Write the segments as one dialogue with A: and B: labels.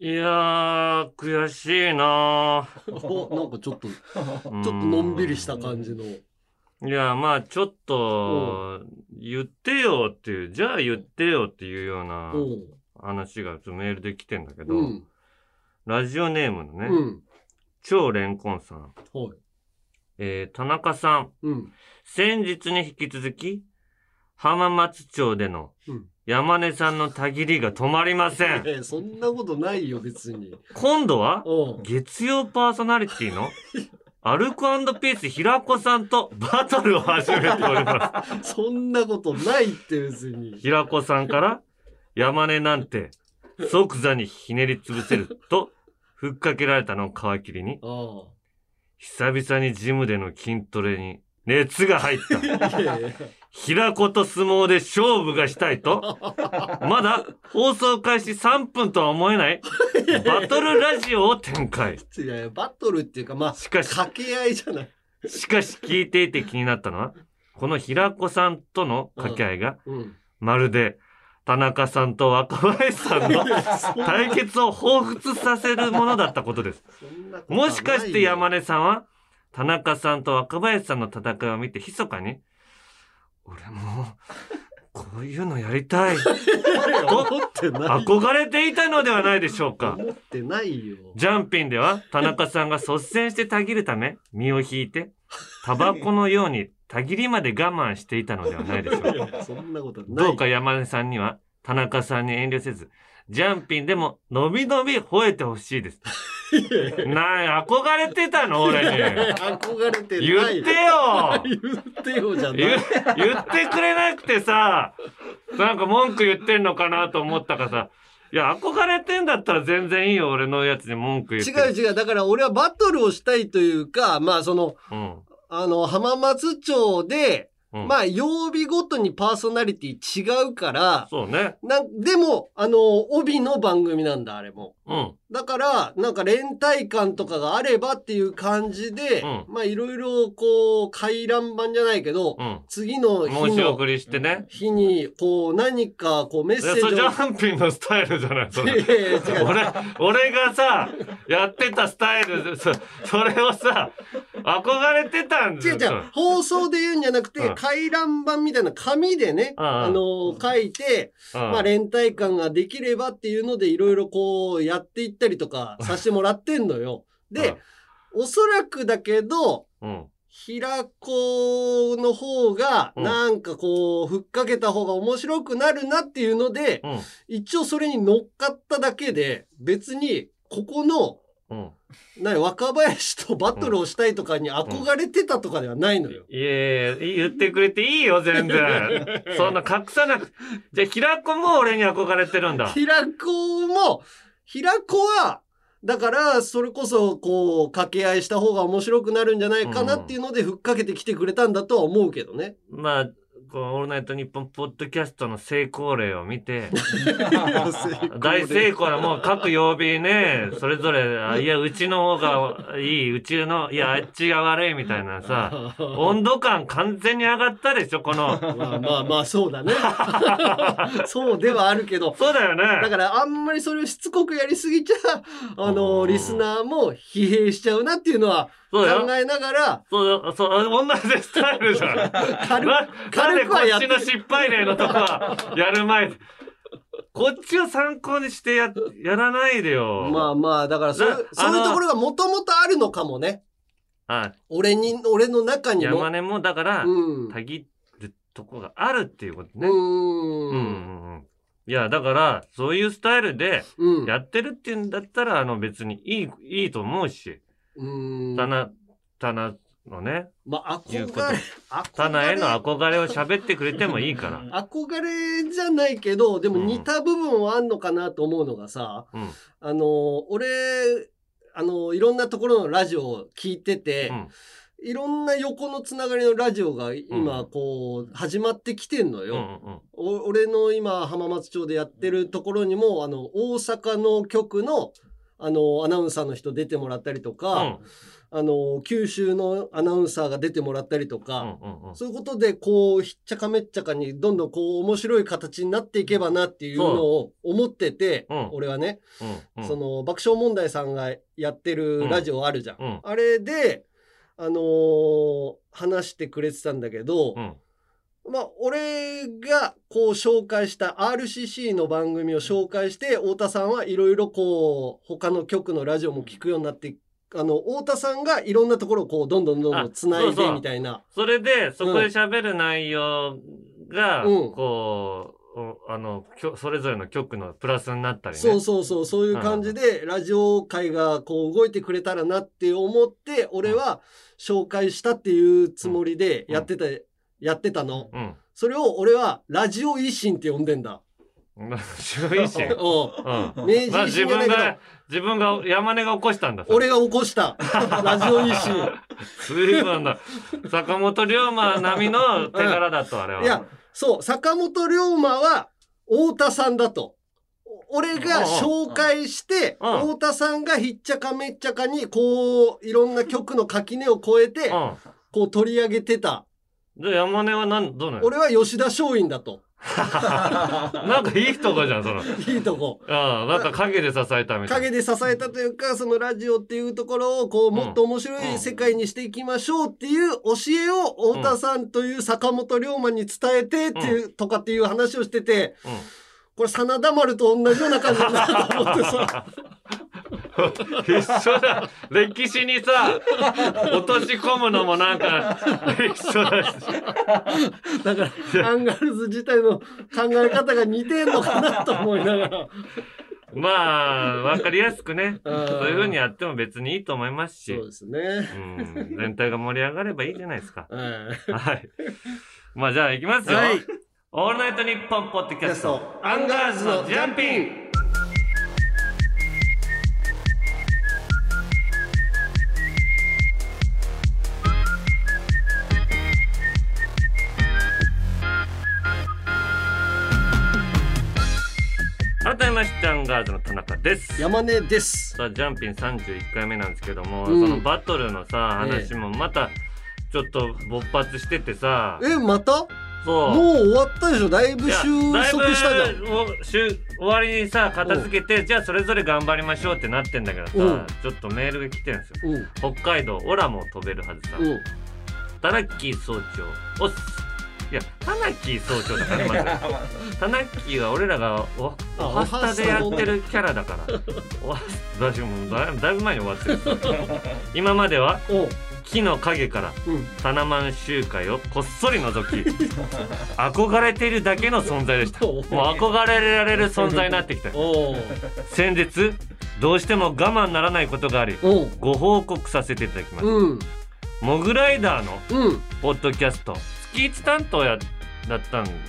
A: いやー、悔しいな
B: お、 なんかちょ っ
A: ち
B: と、ちょっとのんびりした感じの。
A: いや、まあ、ちょっと、言ってよっていう、じゃあ言ってよっていうような話がちょっとメールで来てんだけ
B: う
A: ど、
B: ん。うん。
A: ラジオネームのね、
B: うん。
A: 超レンコンさん、
B: はい。
A: えー、田中さん、
B: うん。
A: 先日に引き続き、浜松町での
B: うん
A: 山根さんのたぎりが止まりません。
B: ええ、そんなことないよ、別に。
A: 今度は、
B: うん。
A: 月曜パーソナリティのアルコピース平子さんとバトルを始めております。
B: そんなことないって、別 に。
A: 平子さんから山根なんて即座にひねり潰せるとふっかけられたのを皮切りに
B: あ
A: 久々にジムでの筋トレに熱が入った。
B: あ。いやい や。
A: 平子と相撲で勝負がしたいと、まだ放送開始3分とは思えないバトルラジオを展開。
B: いやいや、バトルっていうか、まあ、
A: しかし、
B: 掛け合いじゃない。
A: しかし聞いていて気になったのは、この平子さんとの掛け合いが、
B: うん。
A: まるで田中さんと若林さ んの対決を彷彿させるものだったことです。
B: そんなことはないよ
A: もしかして山根さんは、田中さんと若林さんの戦いを見て、密かに、俺も、こういうのやりたい、
B: 思ってない。
A: 憧れていたのではないでしょうか。
B: 思ってないよ。
A: ジャンピンでは田中さんが率先してたぎるため 身を引いてタバコのようにたぎりまで我慢していたのでは ないでしょうか。
B: そんなことはない。
A: どうか山根さんには田中さんに遠慮せずジャンピンでものびのび吠えてほしいです。なん憧れてたの 俺に。
B: 憧れて
A: 言
B: な
A: って
B: い。
A: よ
B: 言ってよじゃない。
A: 言言ってくれなくてさなんか文句言ってんのかなと思ったからさいや憧れてんだったら全然いいよ俺のやつに文句言って。
B: 違う違う。だから俺はバトルをしたいというか、まあその、
A: うん
B: あの、浜松町で、
A: うん
B: まあ曜日ごとにパーソナリティ違うから、
A: そうね。
B: なんでも、あの、帯の番組なんだ、あれも。
A: うん。
B: だから、なんか連帯感とかがあればっていう感じで、
A: うん
B: まあいろいろこう、回覧版じゃないけど、
A: うん。
B: 次の
A: 申し
B: 日の
A: 送りしてね。
B: 日に、こう何かこうメッ
A: い
B: セ
A: や
B: ージ
A: そ
B: を。
A: れジャンピンのスタイルじゃないそれ
B: い やいや違う
A: 俺俺がさやってたスタイルそそれをさ憧れてたんです
B: 違う
A: よ。
B: 違う、放送で言うんじゃなく
A: う
B: て
A: ん、
B: 回覧板みたいな紙でね、
A: うんうん
B: あのー、書いて、
A: うん
B: まあ、連帯感ができればっていうので、いろいろこう、やっていったりとかさせてもらってんのよ。で、おそらくだけど、
A: うん、
B: 平子の方が、
A: うん
B: なんかこう、ふっかけた方が面白くなるなっていうので、
A: うん、
B: 一応それに乗っかっただけで、別に、ここの、
A: うん。
B: なに若林とバトルをしたいとかに憧れてたとかではないのよ。
A: いやいや言ってくれていいよ、全 然。そんな隠さなく。じゃあ、平子も俺に憧れてるん だ。
B: 平子も、平子は、だから、それこそ、こう、掛け合いした方が面白くなるんじゃないかなっていうので、ふっかけてきてくれたんだとは思うけ どね。
A: まあ、このオールナイトニッポンポッドキャストの成功例を見て、 大成功な、もう各曜日ね、それぞれ、あいや、うちの方がいい、うちの、いや、あっちが悪いみたいなさ、温度感完全に上がったでしょ、この。
B: まあまあまあ、そ うだね。そうではあるけど。
A: そうだよ
B: だ
A: ね。
B: から、あんまりそれをしつこくやりすぎちゃ、あ
A: う
B: の、
A: ん
B: リスナーも疲弊しちゃうなっていうのは、
A: そ
B: 考
A: うだよ。
B: えながら、
A: そう、そう、同じスタイルじゃん。
B: 軽く
A: ななんで
B: 軽く
A: こ
B: はや
A: っ
B: って
A: ち
B: る
A: の失敗例のとこはやる前にこっちを参考にしてややらないでよ。
B: まあまあ、だからそういう
A: な、
B: そうい
A: あ
B: う
A: の
B: ところがもともとあるのかもね。
A: あ
B: 俺に、俺の中にも
A: 山。根もだから、
B: うん。
A: たぎるとこがあるっていうこと
B: う
A: ね。うんう
B: ーん。
A: んうんいやだからそういうスタイルで
B: うん。
A: やってるっていうんだったら、あの別にいいいいと思うし
B: うーん。
A: 棚棚のね
B: まあ、
A: いう
B: 憧
A: こと
B: れ、
A: 棚への
B: 憧
A: 憧れを喋ってくれてもいい から。
B: れ、憧れじゃないけど、でも
A: うん
B: 似た部分はあんのかなと思うのがさ、
A: うん
B: あの、俺、あの、いろんなところのラジオを聞いてて、
A: うん
B: いろんな横のつながりのラジオが今、
A: うん
B: こう、始まってきてん
A: う
B: の
A: んう
B: よ。
A: ん
B: お俺の今浜松町でやってるところにもあの大阪の局のあの、アナウンサーの人出てもらったりとか、あの、九州のアナウンサーが出てもらったりと
A: うんう
B: か、
A: んうんうん
B: そういうことで、こう、ひっちゃかめっちゃかに、どんどんこう、面白い形になっていけばなっていうのを思ってて、
A: うん
B: 俺はね、
A: うんうん
B: その、爆笑問題さんがやってるラジオあるじゃん。
A: うん
B: あれで、あのー話してくれてたんだけど、
A: うん
B: まあ、俺がこう紹介した RCC の番組を紹介して、太田さんはいろいろこう、他の局のラジオも聞くようになって、あの、太田さんがいろんなところをこう、どんどんどんどん繋
A: あ
B: い
A: そう
B: で
A: そう
B: みたいな。
A: それで、そこで喋る内容が、
B: うん
A: こう、おあの、きょそれぞれの局のプラスになったりね。
B: そうそうそう、そういう感じで、ラジオ界がこう動いてくれたらなって思って、俺は紹介したっていうつもりでやってた、やってたの。
A: うん。
B: それを俺はラジオ維新って呼んでんだ。
A: まあ白い し。う。
B: うんん。
A: ま
B: 明治維
A: あ
B: 新
A: 自
B: じゃ
A: 分
B: ないけど、
A: が、自分が山根が起こしたんだ。それ
B: 俺が起こ した。ラジオ維新。
A: 随分だ。坂本龍馬並みの手柄だと、あれは。
B: いや、そう、坂本龍馬は太田さんだと。お俺が紹介して、
A: うんうん
B: 太田さんがひっちゃかめっちゃかに、こう、いろんな曲の垣根を越えて、
A: う
B: こう取り上げてた。
A: ん。で、山根はなん、どうなの
B: 俺 は吉田松陰だと。
A: なんかいい人がじゃん、その。
B: いいとこ。
A: ああ、なんか影で支えたみたいな。
B: 陰で支えたというか、そのラジオっていうところを、こう、
A: うん
B: もっと面白い世界にしていきましょうっていう教えを、太田さんという坂本龍馬に伝えてっていう、とかっていう話をしてて、
A: うん
B: これ、真田丸と同じような感じだなと思ってさ、
A: 一緒だ。歴史にさ、落とし込むのもなんか、一緒だし。
B: だから、アンガールズ自体の考え方が似てんのかなと思いながら。
A: まあ、わかりやすくね。
B: うん
A: そういうふうにやっても別にいいと思いますし
B: そう、ですね。
A: うん、全体が盛り上がればいいじゃないですか。
B: はい。
A: はい。まあ、じゃあ行きますよ。
B: はい
A: オールナイトニッポンポッドキャスト、
B: アンガールズのジャンピン
A: 改めまして、アンガールズの田中です。
B: 山根です。
A: さあジャンピン31回目なんですけども、
B: う
A: そ
B: ん
A: のバトルのさ
B: ええ
A: 話もまたちょっと勃発しててさ、
B: え、また
A: そう
B: もう終わったでしょだいぶ
A: い
B: 収
A: や
B: 束したじゃ
A: だい
B: ん。
A: ぶもう終終わりにさ片付けてじゃあそれぞれ頑張りましょうってなってんだけど
B: うん
A: さちょっとメールが来てるんですよ
B: うん、
A: 北海道オラも飛べるはずさ、
B: うん。
A: タナッキー総長おっすいやタナッキー総長だからまだタナッキーは俺らがおお
B: あ
A: はスタでやってるキャラだからおはスタ私もうだいだいぶ前に終わってる 今までは
B: おう
A: 木の陰から
B: うん。
A: タナマン集会をこっそり覗 き憧れているだけの存在でしたもう憧れられる存在になってきた
B: おう
A: 先日どうしても我慢ならないことがあり
B: おう
A: ご報告させていただきます、
B: うん。
A: モグライダーの
B: うん。
A: ポッドキャスト月1担当やだったんだよね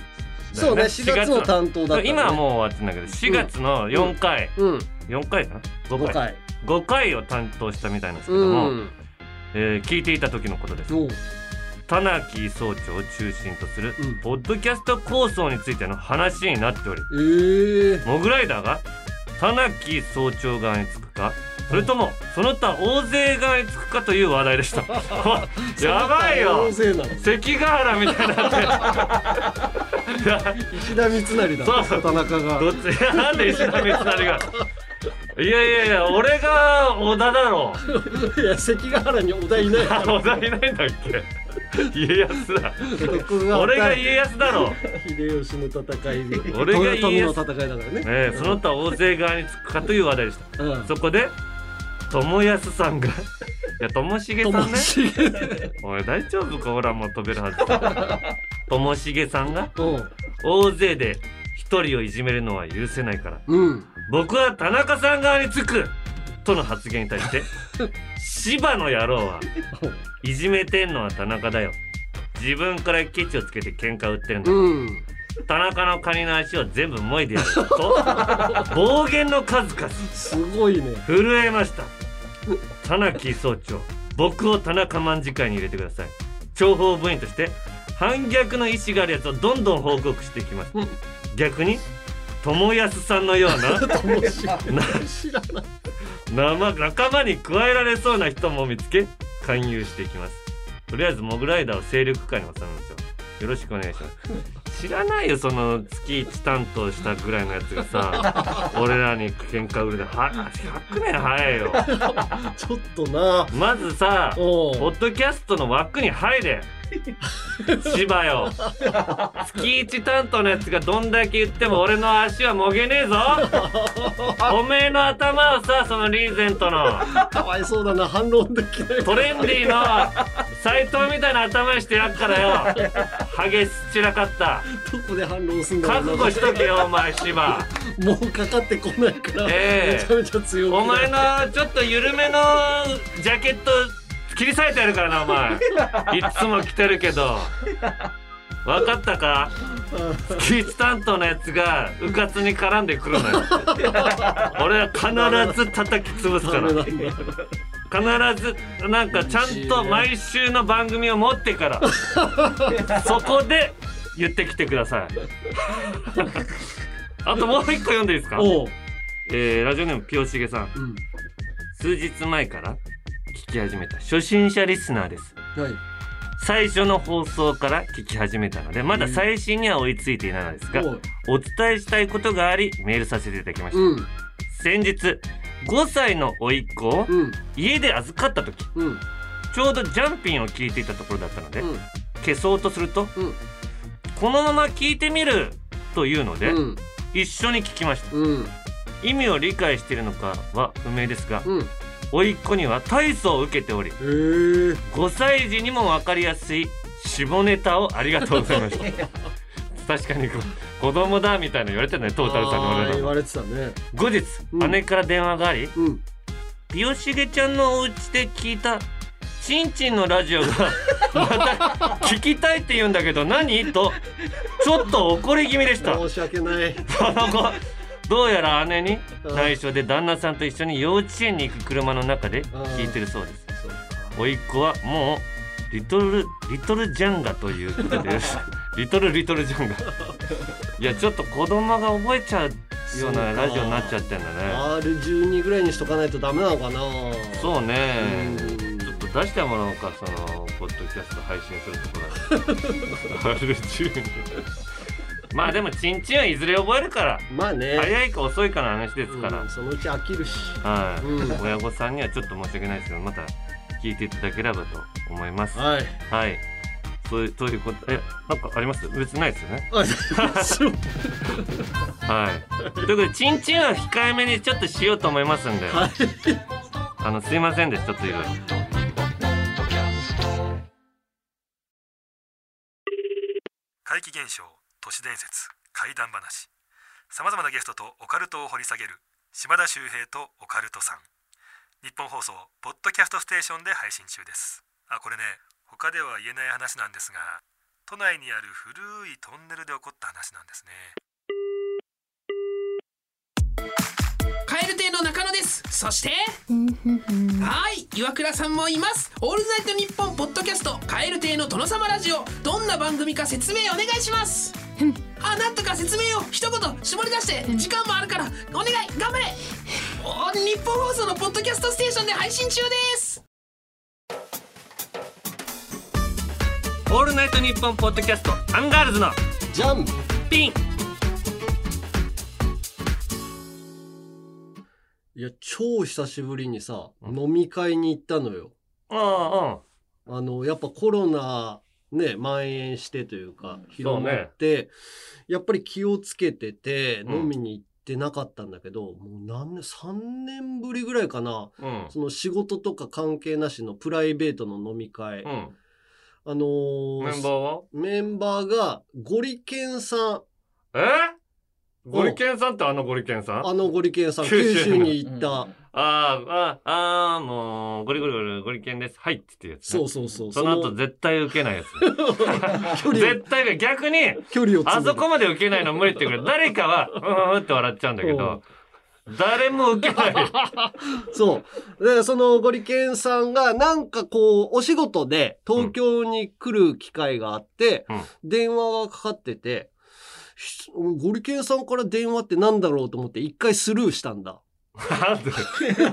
B: そうね、4月の担当だった、ね。
A: 今はもう終わってんだけど4月の4回、
B: う。うん。
A: 4回かな5
B: 5
A: 回
B: 回。
A: 5回を担当したみたいなんですけ
B: う
A: ども、
B: ん。
A: えー聞いていた時のことです
B: おう
A: 田中総長を中心とする
B: うん
A: ポッドキャスト構想についての話になっており
B: ええ
A: モグライダーが田中総長側につくかそれともその他大勢側につくかという話題でした やばいよ
B: 大勢なの。
A: 関ヶ原みたいになってるいや
B: 石田三成だ。
A: そうそう
B: 田中が。
A: どっちなんで石田三成がいやいやいや俺が織田だろ
B: いや、関ヶ原に織田いないか
A: あ織田いないんだっけ家康だ
B: ら。徳川
A: 俺が
B: 対
A: 家康だろ
B: 秀吉の戦いで。
A: 俺が
B: 豊臣
A: 家
B: の
A: 康
B: 戦いだからね。
A: ええその他大勢側につくかという話題でした
B: うん。
A: そこで、ともやすさんがいや、ともしげさ
B: とも
A: んね。
B: しげ。
A: おい、大丈夫か俺はもう飛べるはずだ。ともしげさんが、
B: うん。
A: 大勢で一人をいじめるのは許せないから、
B: うん。
A: 僕は田中さん側につくとの発言に対して、芝の野郎は、いじめてんのは田中だよ。自分からケチをつけて喧嘩売ってるんだ。
B: うん。
A: 田中のカニの足を全部もいでやる。と、暴言の数々。
B: すごいね。
A: 震えました田中総長僕を田中卍会に入れてください諜報部員として反逆の意思があるやつをどんどん報告していきます
B: うん
A: 逆に友安さんのような
B: ともしげ。知らない。
A: 生仲間に加えられそうな人も見つけ勧誘していきますとりあえずモグライダーを勢力下に収めましょうよろしくお願いします知らないよその月1担当したぐらいのやつがさ俺らに喧嘩売るでは100年早いよ
B: ちょっとな
A: まずさ
B: お
A: ポッドキャストの枠に入れ芝よ月一担当のやつがどんだけ言っても俺の足はもげねえぞおめえの頭をさそのリーゼントの
B: かわいそうだな反論できない
A: トレンディーの斎藤みたいな頭にしてやっからよ激し散らかった
B: どこで反論すんだろ
A: 覚
B: うな
A: 悟しとけよお前芝
B: もうかかってこないから、
A: ええ
B: めちゃめちゃ強気だ
A: お前のちょっと緩めのジャケット切り裂いてやるからなお前いつも着てるけど分かったかキーチ担当のやつがうかつに絡んでくるのよ俺は必ず叩き潰す
B: ダメなんだ
A: から必ずなんかちゃんと毎週の番組を持ってから そこで言ってきてくださいあともう一個読んでいいですか、
B: おう、
A: えーラジオネームピヨシゲさん
B: うん、
A: 数日前から聞き始めた初心者リスナーです
B: はい
A: 最初の放送から聞き始めたのでまだ最新には追いついていないのですが、
B: おう
A: お伝えしたいことがありメールさせていただきました、
B: うん
A: 先日5歳の甥っ子を
B: うん
A: 家で預かった時
B: うん
A: ちょうどジャンピンを聞いていたところだったので、
B: うん
A: 消そうとすると、
B: うん
A: このまま聞いてみるというので、
B: うん
A: 一緒に聞きました
B: うん
A: 意味を理解しているのかは不明ですが
B: うん
A: 甥っ子には体操を受けており
B: えー、
A: 5歳児にも分かりやすい下ネタをありがとうございました 確かにこ子供だみたいな言われてないトータルさんの
B: あー
A: 俺
B: 言
A: ら
B: われてたね
A: 後日、
B: うん
A: 姉から電話があり
B: うん
A: ピヨシゲちゃんのお家で聞いたチンチンのラジオが また聞きたいって言うんだけど何とちょっと怒り気味でした
B: 申し訳ない
A: その後どうやら姉に
B: うん
A: 内緒で旦那さんと一緒に幼稚園に行く車の中で聞いてるそうです
B: そう
A: 甥っ子はもうリトルリトルジャンガということです リトルリトルジャン ガいやちょっと子供が覚えちゃうようなラジオになっちゃってんだね
B: R12 ぐらいにしとかないとダメなのかな
A: そう
B: う
A: ね
B: ん
A: ちょっと出してもらおうかそのポッドキャスト配信するとこ ろ R12 まあでもチンチンはいずれ覚えるから
B: まあね
A: 早いか遅いかの話ですから、
B: うんそのうち飽きるし
A: はい、
B: うん
A: 親御さんにはちょっと申し訳ないですけどまた聞いていただければと思います
B: はい
A: はい。そういう、ということ、え、なんかあります別にないですよね。
B: あ
A: はい。ということで、チンチンは控えめにちょっとしようと思いますんで。
B: はい
A: あの、すいませんでした、ちょっといろいろ。
C: 怪奇現象都市伝説怪談話さまざまなゲストとオカルトを掘り下げる島田秀平とオカルトさん日本放送ポッドキャストステーションで配信中ですあこれね他では言えない話なんですが都内にある古いトンネルで起こった話なんですね
D: カエル亭の中野ですそしてはい岩倉さんもいますオールナイトニッポンポッドキャストカエル亭の殿様ラジオどんな番組か説明お願いしますあなんとか説明を一言絞り出して時間もあるからお願い頑張れお日本放送のポッドキャストステーションで配信中です
A: オールナイトニッポンポッドキャスト、アンガールズの
B: ジャン
A: ピン。
B: いや超久しぶりにさ飲み会に行ったのよ
A: あ
B: あのやっぱコロナね蔓延してというか広まって、やっぱり気をつけてて
A: うん
B: 飲みに行ってなかったんだけど、もう何年3年ぶりぐらいかな
A: あ、うん、
B: その仕事とか関係なしのプライベートの飲み会、
A: うん。うん。
B: あのー
A: メンバーは
B: メンバーがゴリケンさん
A: えゴリケンさんってあのゴリケンさん
B: あ
A: あ
B: のゴリケンさん
A: 九州
B: 九州に行った、
A: あー、あー、ああ、もう、ゴリゴリゴリゴリケンです。はいって言ってるやつ、
B: そう
A: そ
B: そうそう
A: その後絶対受けないやつ。
B: 距離を
A: 絶対受け逆に、
B: 距離を
A: あ
B: 詰め
A: そ
B: て
A: こまで受けないの無理ってくれ誰かは、うーんって笑っちゃうんだけど、誰も受けない。
B: そう。で、そのゴリケンさんが、なんかこう、お仕事で東京に来る機会があって、
A: うん
B: 電話がかかってて、しゴリケンさんから電話ってなんだろうと思って一回スルーしたんだ。
A: なんで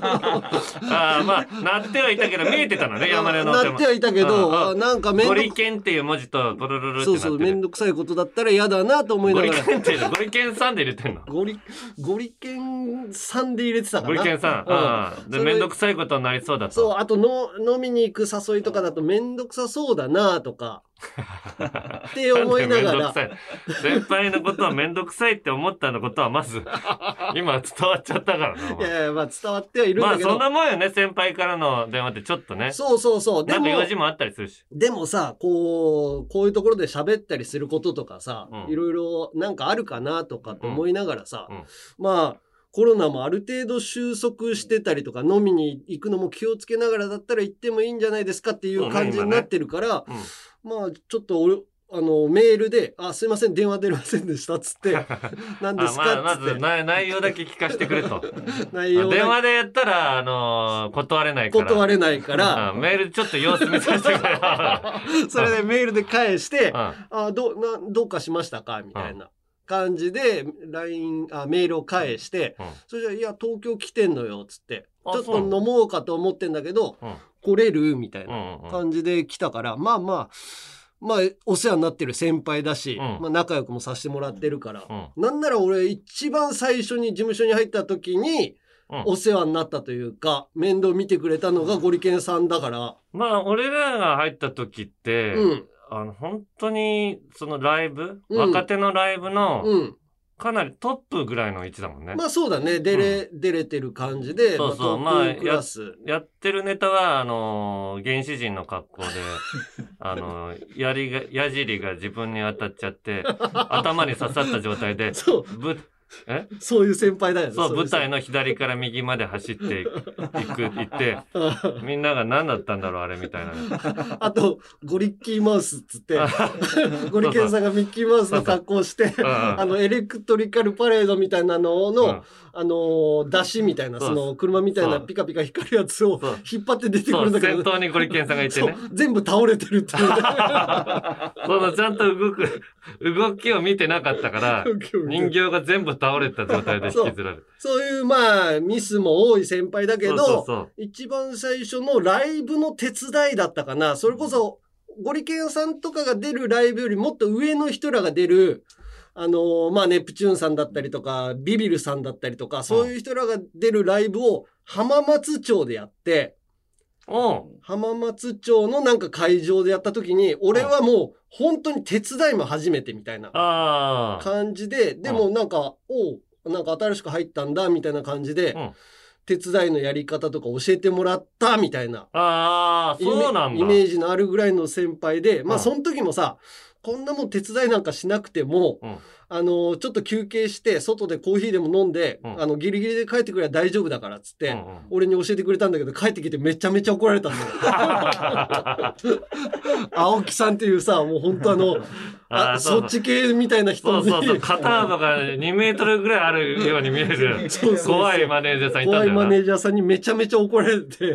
A: ああまあなってはいたけど見えてたのね山根の手
B: な
A: も
B: ってはいたけ
A: うんうん
B: ど、あなんかめん
A: ゴ
B: ど
A: リ
B: く、
A: ケンっていう文字とポロロロって
B: そ
A: なっ
B: う
A: て
B: そう、
A: る
B: めんどくさいことだったら嫌だなと思い
A: ゴ
B: な
A: リ
B: がら。
A: ケンっていうのゴリケンさんで入れてんの
B: ゴリ、ゴリケンさんで入れてたか
A: ゴ
B: な。
A: リケンさん
B: うん
A: ああで
B: それ
A: めんどくさいことになりそうだ
B: そう、
A: と
B: あとの、飲みに行く誘いとかだとめんどくさそうだなと か、って思いなが
A: ん
B: ら、
A: でめんどくさい先輩のことはめんどくさいって思ったのことはま ず今伝わっちゃったからないお前
B: やいや、まあ伝わってはいるん
A: ま
B: だ
A: あ
B: け
A: そん
B: ど、
A: なもんよね先輩からの電話ってちょっとね
B: そうそうそう、で
A: なん
B: も
A: か、用事もあったりするし
B: でもさ、こう、こういうところで喋ったりすることとかさ、
A: うん
B: いろいろなんかあるかなとかって思いながらさ、
A: うんうん
B: まあ、コロナもある程度収束してたりとか、飲みに行くのも気をつけながらだったら行ってもいいんじゃないですかっていう感じになってるから、
A: うん
B: まあ、ちょっと俺、あの、メールで、あ、すいません、電話出ませんでしたっつ って、何です
A: あま
B: か
A: あ、
B: っ
A: ま
B: つって
A: ず、な内容だけ聞かせてくれ と
B: 内容
A: 電
B: が
A: 話でやったらあのー断れないから
B: 断れないから、
A: あ メールちょっと様子見させてくれ
B: それでメールで返して、
A: うん
B: あどうなどうかしましたかみたいな感じで LINE あメールを返して、
A: うん
B: それじゃいや東京来てんのよ」っつって「
A: あ
B: ちょっと
A: そう
B: 飲もうかと思ってんだけど
A: うん
B: 来れる?」みたい
A: うん
B: な
A: うんうん
B: 感じで来たから、まあまあまあお世話になってる先輩だし、
A: うん
B: まあ、仲良くもさせてもらってるから。
A: うん
B: なんなら俺一番最初に事務所に入った時に
A: うん
B: お世話になったというか、面倒見てくれたのがゴリケンさんだから、
A: まあ俺らが入った時って、
B: うん
A: あの本当にそのライブ、
B: うん
A: 若手のライブの
B: うん
A: かなりトップぐらいの位置だもんね。
B: まあそうだね。出れ、出れてる感じで、
A: そうそう
B: まあ、
A: ま
B: トッ
A: あ
B: プクラス。
A: やってるネタは、あのー原始人の格好 で、あのーやりが、矢尻が自分に当たっちゃ って、頭に刺さった状態で、
B: そう、
A: ぶ、え
B: そういう先輩だよね。
A: そう、
B: い
A: 舞台
B: 先
A: の左から右まで走っていく、行って、
B: 輩。
A: みんなが何だったんだろう、あれみたいな。
B: あと、ゴリッキーマウスっつ って、ゴリケンさんがミッキーマウスの格好をして、
A: うん
B: あの、エレクトリカルパレードみたいなのの、
A: うん
B: あの、出汁みたいな、
A: そう
B: その、車みたい
A: そ
B: な
A: う
B: ピカピカ光るやつを
A: そう
B: 引っ張って出てく
A: そ
B: る
A: う、
B: んだけ
A: 先
B: ど、
A: 頭にゴリケンさんがいて
B: そう
A: ね。、
B: 全部倒れてる っていうね。
A: そのちゃんと動く、動きを見てなかったから、人形が全部倒れた状態で引きずられる。
B: そういう、まあ、ミスも多い先輩だけど、
A: そうそうそう。
B: 一番最初のライブの手伝いだったかな。それこそ、ゴリケンさんとかが出るライブよりもっと上の人らが出る、あのーまあ、ネプチューンさんだったりとか、ビビルさんだったりとか、そういう人らが出るライブを浜松町でやって、
A: おう
B: 浜松町のなんか会場でやった時に、俺はもう本当に手伝いも初めてみたいな
A: ああ。
B: 感じで、でもなんか、おう、なんか新しく入ったんだ、みたいな感じで、
A: うん
B: 手伝いのやり方とか教えてもらった、みたいな。
A: ああ、
B: イメ
A: そうなんだ。
B: イメージのあるぐらいの先輩で、ま
A: う
B: あ
A: ん
B: その時もさ、こんなもん手伝いなんかしなくても、
A: うん
B: あの、ちょっと休憩して、外でコーヒーでも飲んで、
A: うん
B: あの、ギリギリで帰ってくれば大丈夫だからっつって、
A: うんうん
B: 俺に教えてくれたんだけど、帰ってきてめちゃめちゃ怒られたんだよ。 青木さんっていうさ、もう本当あの、
A: あ
B: あ
A: ーそう
B: そっち系みたいな
A: そ
B: 人
A: う
B: に
A: そうそう、肩幅が2メートルぐらいあるように見える
B: そうそうそう
A: 怖いマネージャーさんいたん
B: 怖
A: だ
B: い
A: よな。
B: マネージャーさんにめちゃめちゃ怒られ て、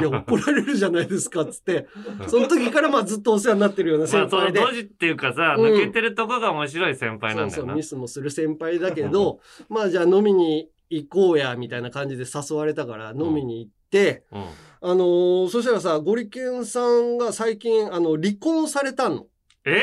B: いや、怒られるじゃないですかっつって、その時からまあずっとお世話になってるような
A: ま
B: 先
A: あ、その
B: 輩で。
A: ドジっていうかさ、
B: うん
A: 抜けてるとこが面白い先輩なんだ
B: そう
A: よ
B: そ
A: な。
B: うミスもする先輩だけ どまあじゃあ飲みに行こうやみたいな感じで誘われたから飲みに行って、
A: うん
B: あのーそしたらさゴリケンさんが最近あの離婚されたの
A: え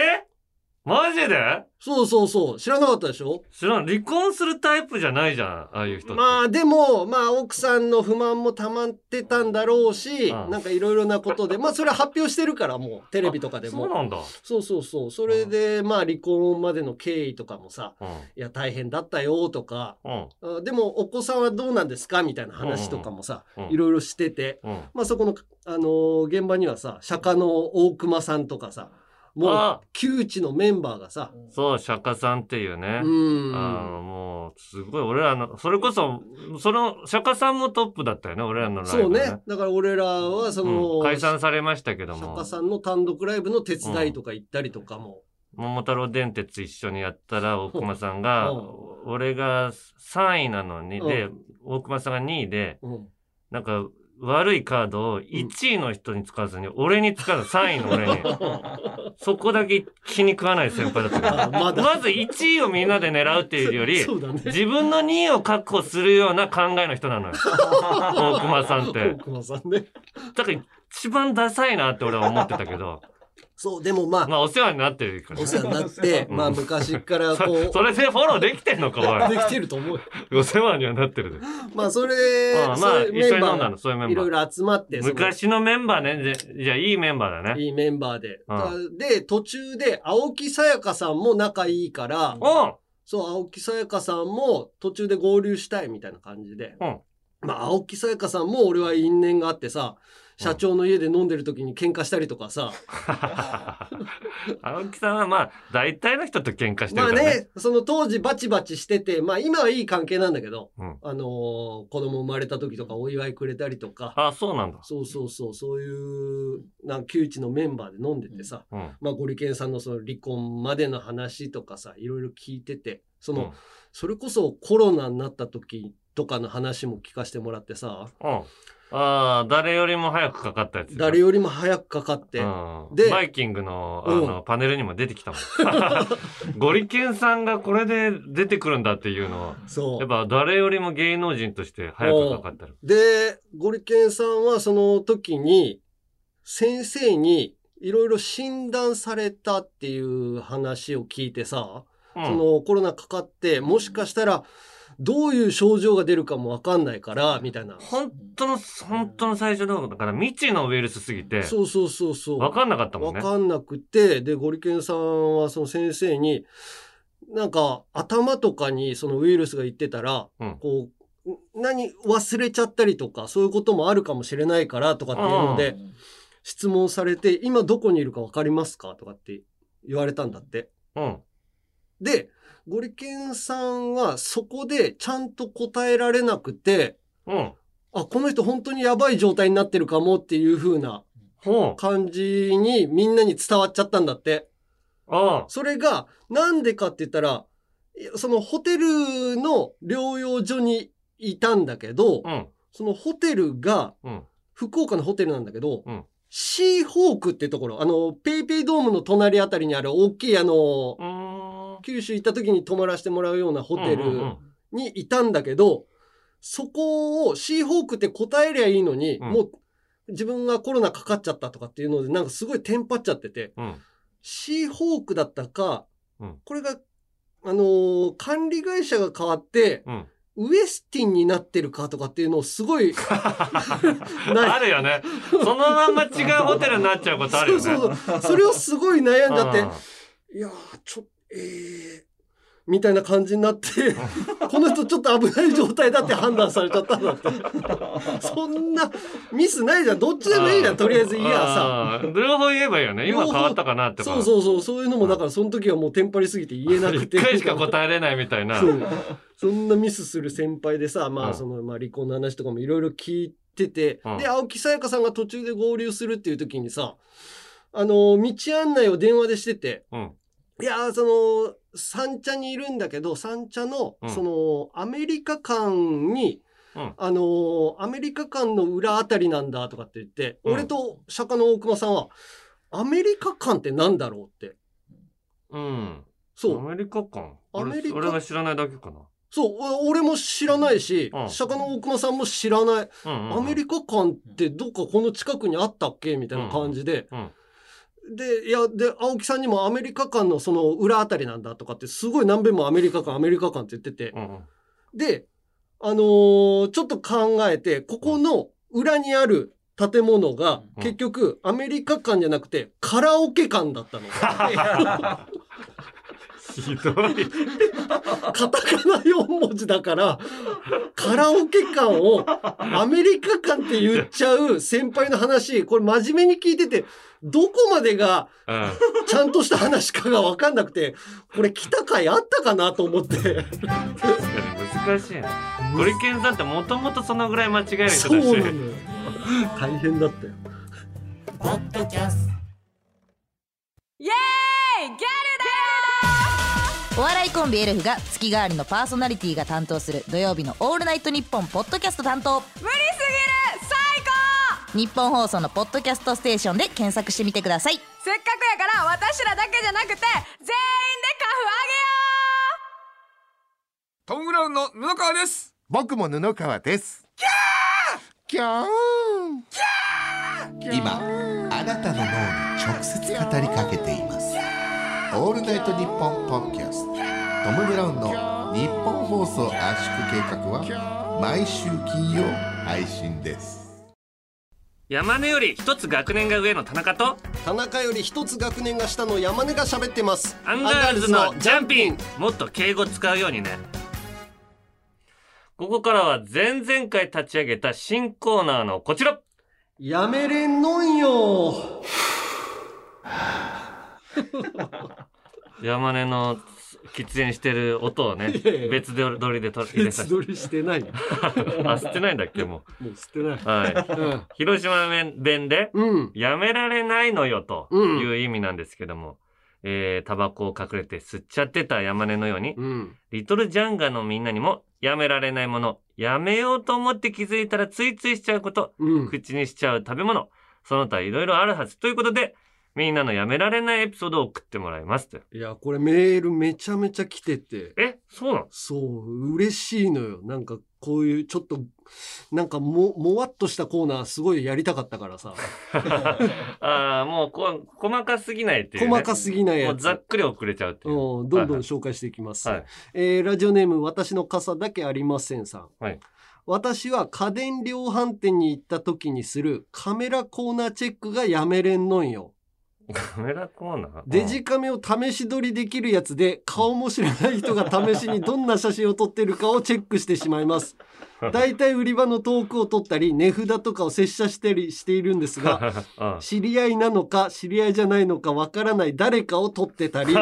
A: マジで
B: そうそうそう知らなかったでしょ
A: 知らん。離婚するタイプじゃないじゃん、ああいう人って。
B: まあでもまあ奥さんの不満も溜まってたんだろうし、
A: うん
B: なんかいろいろなことでまあそれは発表してるからもうテレビとかで
A: そう
B: も
A: なんだ。
B: そうそうそうそれでまあ離婚までの経緯とかもさ
A: うん。
B: いや大変だったよとか
A: うん。
B: あでもお子さんはどうなんですかみたいな話とかもさ、
A: うんうん
B: いろいろしてて、
A: うん。
B: まあ、そこの、あのー現場にはさ釈迦の大熊さんとかさもう
A: あ
B: 旧知のメンバーがさ
A: そう、釈迦さんっていうね。
B: うん
A: あの、もう、すごい、俺らの、それこそ、その、釈迦さんもトップだったよね、俺らのライ
B: そう
A: ブ、ね。
B: ねだから俺らはその、
A: うん解散されましたけど
B: 釈
A: も
B: 迦、さんの単独ライブの手伝いとか行ったりとかも、
A: 桃太郎電鉄一緒にやったら、大熊さんが
B: うん、
A: 俺が3位なのに、
B: うん
A: で、大熊さんが2位で、
B: うん
A: なんか、悪いカードを1位の人に使わずに、俺に使うの、3位の俺に。そこだけ気に食わない先輩だったから。
B: あまだ
A: まず1位をみんなで狙うっていうより、
B: そうだね
A: 自分の2位を確保するような考えの人 なのよ。大熊さんって
B: 大。熊さんね
A: だから一番ダサいなって俺は思ってたけど、
B: そうでもまあ、
A: まあお世話になってるから
B: お
A: ね。
B: 世話になって、
A: うん
B: まあ昔からこう
A: そそれでフォローできてんのか、お
B: できてると思う
A: い。お世話にはなってるで。
B: まあそれ
A: ああま
B: そう
A: あ、一
B: いう
A: 緒に飲んだ
B: が
A: の、そういうメン
B: い
A: バ
B: ろい
A: ー。
B: ろ集まってその
A: 昔のメンバーね、じゃじゃあいいメンバーだね。
B: いいメンバーで、
A: う
B: で途中で青木さやかさんも仲いいから、
A: おう
B: そう青木さやかさんも途中で合流したいみたいな感じで、
A: うん
B: まあ青木さやかさんも俺は因縁があってさ社長の家で飲んでる時に喧嘩したりとかさ、
A: 青木さんはまあ、大体の人と喧嘩して
B: ま
A: る
B: あ
A: からね。
B: ねその当時バチバチしててまあ今はいい関係なんだけど、
A: うん
B: あのー子供生まれた時とかお祝いくれたりとか、
A: ああ、そうなんだ。
B: そうそうそうそういうなんか旧知のメンバーで飲んでてさ、
A: うん。
B: まあ、ゴリケンさんのその離婚までの話とかさいろいろ聞いててその、
A: うん
B: それこそコロナになった時とかの話も聞かせてもらってさ
A: うん。ああ、誰よりも早くかかったやつ。
B: 誰よりも早くかかって、
A: うん
B: で
A: バイキングのあ
B: うん
A: の、パネルにも出てきたもん。 ゴリケンさんがこれで出てくるんだっていうの
B: そ
A: を、やっ
B: う
A: ぱ誰よりも芸能人として早くかかってる。
B: でゴリケンさんはその時に先生にいろいろ診断されたっていう話を聞いてさ、
A: う
B: そ
A: ん。
B: のコロナかかってもしかしたらどういう症状が出るかもわかんないからみたいな。
A: 本当の、本当の最初の、だから未知のウイルスすぎて、
B: そうそうそうそう。
A: わかんなかったもんね
B: わ。かんなくて、で、ゴリケンさんはその先生に、なんか頭とかにそのウイルスがいってたら、
A: うん
B: こう、何忘れちゃったりとか、そういうこともあるかもしれないからとかっていうので、質問されて、今どこにいるかわかりますかとかって言われたんだって。
A: うん。
B: で、ゴリケンさんはそこでちゃんと答えられなくて、
A: うん。
B: あ、この人本当にやばい状態になってるかもっていう風な
A: ほう。
B: 感じにみんなに伝わっちゃったんだって。
A: ああ。
B: それが、なんでかって言ったら、いやそのホテルの療養所にいたんだけど、
A: うん。
B: そのホテルが、
A: うん
B: 福岡のホテルなんだけど、
A: うん
B: シーホークってところ、あの、ペイペイドームの隣あたりにある大きいあの、
A: うーん。
B: 九州行った時に泊まらせてもらうようなホテ
A: うんうんう
B: ル
A: ん
B: にいたんだけど、そこをシーホークって答えりゃいいのに、
A: うん
B: もう自分がコロナかかっちゃったとかっていうので、なんかすごいテンパっちゃってて、
A: うん。
B: シーホークだったか、
A: うん
B: これが、あのー管理会社が変わって、
A: うん。
B: ウエスティンになってるかとかっていうのをす ごい、ない
A: あるよね。そのまんま違うホテルになっちゃうことあるよね。
B: そうそうそれをすごい悩んじゃって、
A: うん
B: いやー、ちょっと、えー、みたいな感じに なって、この人ちょっと危ない状態だって判断されちゃったんだって。そんなミスないじゃん。どっちでもいいじゃん。とりあえずいいやさ。
A: あー両方言えばいいよね。今変わったかなって
B: そうそうそう、そういうのも、
A: うん
B: だからその時はもうテンパりすぎて言えなくて。
A: 一回しか答えれないみたいな。
B: そう。そんなミスする先輩でさ、ま
A: う
B: あ、
A: ん
B: その、まあ、離婚の話とかもいろいろ聞いてて、
A: うん
B: で、青木さやかさんが途中で合流するっていう時にさ、あの、道案内を電話でしてて、
A: うん
B: いやー、その、三茶にいるんだけど、三茶の、
A: うん
B: その、アメリカ館に、
A: うん
B: あのーアメリカ館の裏あたりなんだとかって言って、
A: うん
B: 俺と釈迦の大熊さんは、アメリカ館ってなんだろうって。
A: うん。
B: そう。
A: アメリカか。
B: アメリ
A: 俺
B: カ
A: 俺が知らないだけかな。
B: そう、お俺も知らないし、
A: うん
B: 釈迦の大熊さんも知らない、
A: うんうんうん
B: アメリカ館ってどっかこの近くにあったっけみたいな感じで、
A: うん
B: で、いや、で、青木さんにもアメリカ館のその裏あたりなんだとかって、すごい何べんもアメリカ館、アメリカ館って言ってて、
A: うんうん
B: で、あのーちょっと考えて、ここの裏にある建物が、
A: うん
B: 結局、アメリカ館じゃなくて、カラオケ館だったの。
A: ひどい。
B: カタカナ4文字だから、カラオケ感をアメリカ感って言っちゃう先輩の話、これ真面目に聞いてて、どこまでが
A: うん
B: ちゃんとした話かがわかんなくて、これ来た回あったかなと思 って。
A: 難しいな。ゴリケンさんってもともとそのぐらい間違える人
B: そ
A: だ
B: うなの
A: し。
B: よ。大変だったよ。
E: ポッドキャス
F: イエーイギャルだよ
E: お笑いコンビエルフが月替わりのパーソナリティが担当する土曜日の「オールナイトニッポン」ポッドキャスト担当
F: 無理すぎる最高
E: 日本放送のポッドキャストステーションで検索してみてください
F: せっかくやから私らだけじゃなくて全員で
G: トム・ブラウンの布川です
H: 僕も布川ですキャー
I: 今あなたの脳に直接語りかけています「オールナイトニッポン」ポッドキャストトム・ブラウンの日本放送圧縮計画は毎週金曜配信です
A: 山根より一つ学年が上の田中と
B: 田中より一つ学年が下の山根が喋ってます
A: アンガールズのジャンピンもっと敬語使うようにねここからは前々回立ち上げた新コーナーのこちら
B: やめれんのんよ
A: 山根の喫煙してる音をね
B: いやいや
A: 別撮りで撮入れさせ
B: 別
A: て
B: 撮りしてない
A: あ捨てないんだっけも
B: もう捨てないう
A: はい広島弁で
B: うん
A: やめられないのよと
B: うん
A: いう意味なんですけども、えータバコを隠れて吸っちゃってた山根のように、
B: うん
A: リトルジャンガのみんなにも、やめられないもの、やめようと思って気づいたらついついしちゃうこと、
B: うん
A: 口にしちゃう食べ物、その他いろいろあるはず。ということで、みんなのやめられないエピソードを送ってもらいますと。
B: いやこれメールめちゃめちゃ来てて
A: え、そうなの
B: そう嬉しいのよなんかこういうちょっとなんかももわっとしたコーナーすごいやりたかったからさ
A: ああ、もうこ、細かすぎないっていう、ね。
B: 細かすぎない
A: も
B: や
A: う
B: つ
A: ざっくり遅れちゃうっていう。
B: うん、どんどん紹介していきます、
A: はい
B: えーラジオネーム私の傘だけありませんさん、
A: はい
B: 私は家電量販店に行った時にするカメラコーナーチェックがやめれんのんよ
A: カメラコーナー
B: デジカメを試し撮りできるやつで顔も知らない人が試しにどんな写真を撮ってるかをチェックしてしまいますだいたい売り場の遠くを撮ったり値札とかを接写したりしているんで すが
A: うん
B: 知り合いなのか知り合いじゃないのかわからない誰かを撮ってたり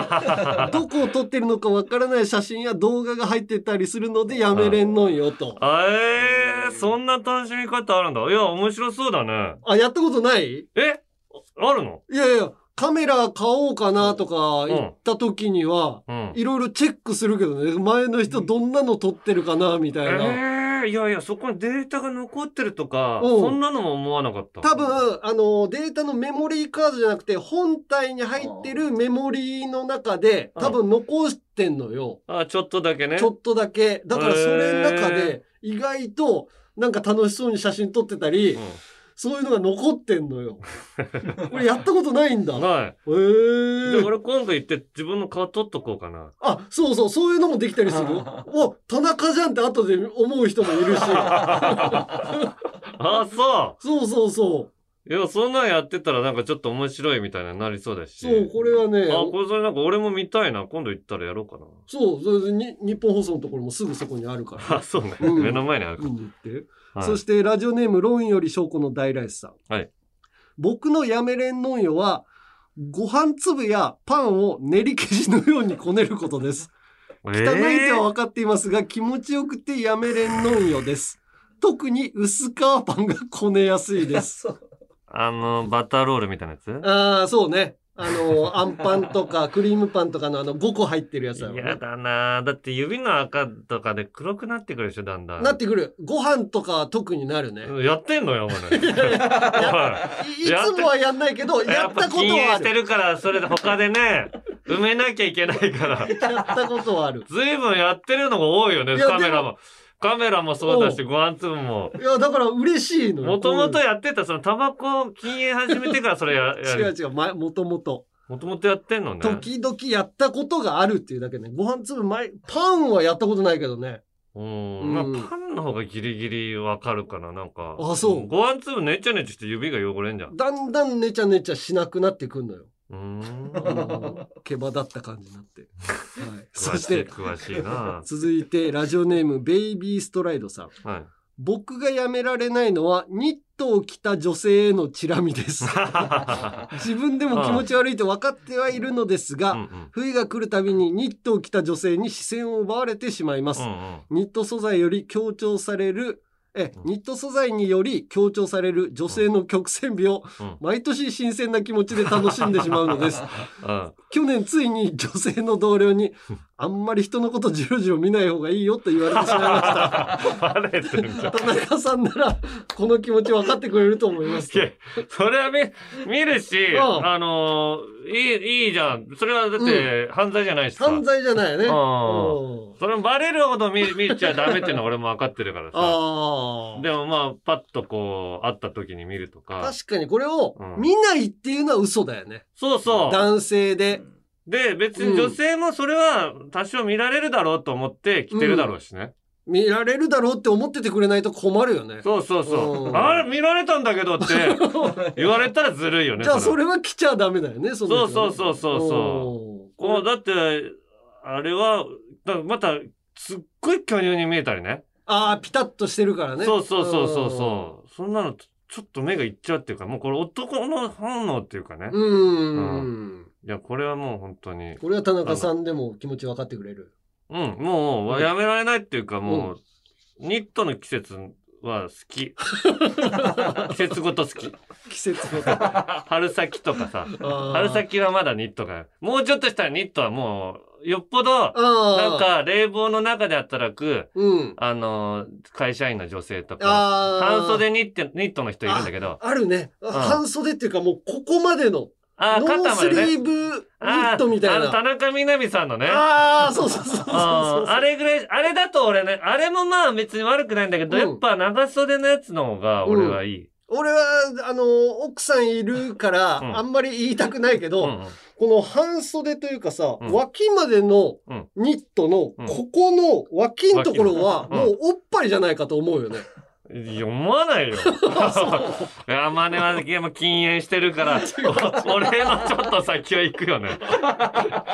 B: どこを撮ってるのかわからない写真や動画が入ってたりするのでやめれんのんよと
A: あえー、そんな楽しみ方あるんだ。いや、面白そうだね。
B: あやったことない
A: えあるの
B: いやいやカメラ買おうかなとか言った時には、
A: うん。
B: いろいろチェックするけどね前の人どんなの撮ってるかなみたい
A: え
B: な、
A: えいやいや、そこにデータが残ってるとか、
B: うん
A: そんなのも思わなかった。
B: 多分あのデータのメモリーカードじゃなくて本体に入ってるメモリーの中で多分残してんのよ、
A: あ、ちょっとだけね。
B: ちょっとだけだからそれの中
A: へ
B: で意外となんか楽しそうに写真撮ってたり、そういうのが残ってんの よこれやったことないんだ
A: うん、
B: へ
A: はい。
B: え
A: で、俺今度行って自分の顔取っとこうか な。
B: あ、そうそう、そういうのもできたり する。お、田中じゃんって後で思う人もい るし。
A: あ、そ
B: そうそうそう。
A: う。いや、そんなんやってたらなんかちょっと面白いみたいになりそうだし。
B: そう、これはね、
A: あ、これそれなんか俺も見たいな。今度行ったらやろうか
B: そう、それでに日本放送のところもすぐそこにあるから。
A: な。あ、そうね。
B: うん
A: 目の前にあるか
B: 見に行って。
A: ら。はい
B: そしてラジオネームロンより証拠の大ライスさん。
A: はい
B: 僕のやめれんのんよは、ご飯粒やパンを練り消しのようにこねることです。
A: 汚
B: 汚いとは分かっていますが、気持ちよくてやめれんのんよです。特に薄皮パンがこねやすいです。
A: あの、バターロールみたいなやつ
B: ああ、そうね。あの、あんパンとか、クリームパンとかのあの、5個入ってるやつだろう
A: 嫌
B: ね。
A: だなぁだって指の赤とかで黒くなってくるでしょ、だんだん。
B: なってくる。ご飯とかは特になるね。
A: やってんのよ、お 前。はい
B: いいつもはやんないけど、や
A: やっ
B: っ
A: ぱ
B: た こと
A: 禁煙
B: はあ
A: して
B: る。
A: るから、それで他でね、埋めなきゃいけないから。
B: やったことはある。
A: ずいぶんやってるのが多いよね、
B: いや
A: カメラも。カメラもそうだし、ご飯粒も。
B: いや、だから嬉しいのよ。
A: もともと
B: こ
A: やってた、そのタバコ禁煙始めてからそれや、
B: ういうの違
A: や
B: う違う、前、もともと。
A: もともとやってんのね。
B: 時々やったことがあるっていうだけね。ご飯粒前、パンはやったことないけどね。
A: うん。まあ
B: う、ん
A: パンの方がギリギリわかるかな、なんか。
B: あそう
A: ご飯粒ねちゃねちゃして指が汚れんじゃん。
B: だんだんねちゃねちゃしなくなってくん のよ。
A: うーん。
B: あの毛羽立った感じになって。 はい。 そ
A: 詳し
B: し
A: い、
B: て、
A: 詳しい な。
B: 続いてラジオネームベイビーストライドさん
A: はい。
B: 僕がやめられないのはニットを着た女性へのチラ見です 自分でも気持ち悪いと分かってはいるのですが、
A: うんうん
B: 冬が来るたびにニットを着た女性に視線を奪われてしまいます、
A: うんうん
B: ニット素材より強調されるえ
A: うん
B: ニット素材により強調される女性の曲線美を
A: うん
B: 毎年新 鮮な気持ちで楽しんでしまうのです
A: うん。
B: 去年ついに女性の同僚にあんまり人のことじろじろ見ない方がいいよと言われてしまいました。
A: バレてる じゃん。
B: 田中さんならこの気持ち分かってくれると思います
A: い。や、それは見、見るし、
B: うん
A: あのーいい、いいじゃん。それはだって、犯罪じゃないですか。
B: 犯罪じゃないよね。
A: うん
B: うん
A: それバレるほど見、見ちゃダメっていうのは俺も分かってるからさ。
B: あ
A: でもまあ、パッとこう、会った時に見ると
B: あ。
A: か。
B: 確かにこれを
A: うん
B: 見ないっていうのは嘘だよね。
A: そうそう。
B: 男性で。
A: で、別に女性もそれは多少見られるだろうと思って来てるだろうしね。
B: 見られるだろうって思っててくれないと困るよね。
A: そうそうそうう。
B: ん
A: あれ、見られたんだけどって言われたらずるいよね。
B: じゃあそ
A: れは。
B: れは来ちゃダメだよね、その人ね
A: そうそうそうそうそこう、だって、あれは、だからまた、すっごい巨乳に見えたりね。
B: ああ、ピタッとしてるからね。
A: そうそうそうそうそう。そんなのちょちょっと目がいっちゃうっていうか、もうこれ男の反応っていうかね。
B: うん。うん。
A: いや、これはもう本当に。
B: これは田中さんでも気持ち分かってくれ る。
A: うん、も
B: う
A: うんやめられないっていうか、もう、ニットの季節は好き。季節ごと好き。
B: 季節ごと。あ
A: 春先とかさ。
B: ー
A: 春。先はまだニットが。もうちょっとしたらニットはもう、よっぽど、
B: ああ。
A: なん、か冷房の中で働く、
B: うん。
A: あの、会社員の女性とか、
B: ああ。
A: 半袖ニットニットの人いるんだけど、
B: あるね。半袖っていうかもうここまでの。
A: あー、
B: ノ
A: 肩
B: ー
A: ま
B: ス
A: で
B: リ
A: ね。
B: ーブニ
A: あ
B: ットみたい
A: ーあの、田
B: な。
A: 中みな実さんのね。
B: ああ、そうそうそうそうそう
A: あーあれぐらい、あれだと俺ね、あれもまあ別に悪くないんだけど、
B: うん
A: やっぱ長袖のやつの方が俺はいい。
B: 俺は、あの、奥さんいるから、
A: うん
B: あんまり言いたくないけ
A: う
B: ど、
A: んうん
B: この半袖というかさ、
A: うん
B: 脇までの
A: うん
B: ニットの、
A: うん
B: ここの脇のところは、
A: 脇の
B: もうおっぱいじゃないかと思うよね。
A: 読まないよ。いや、真似は、いや、もう禁煙してるから、お俺のちょっと先は行くよね。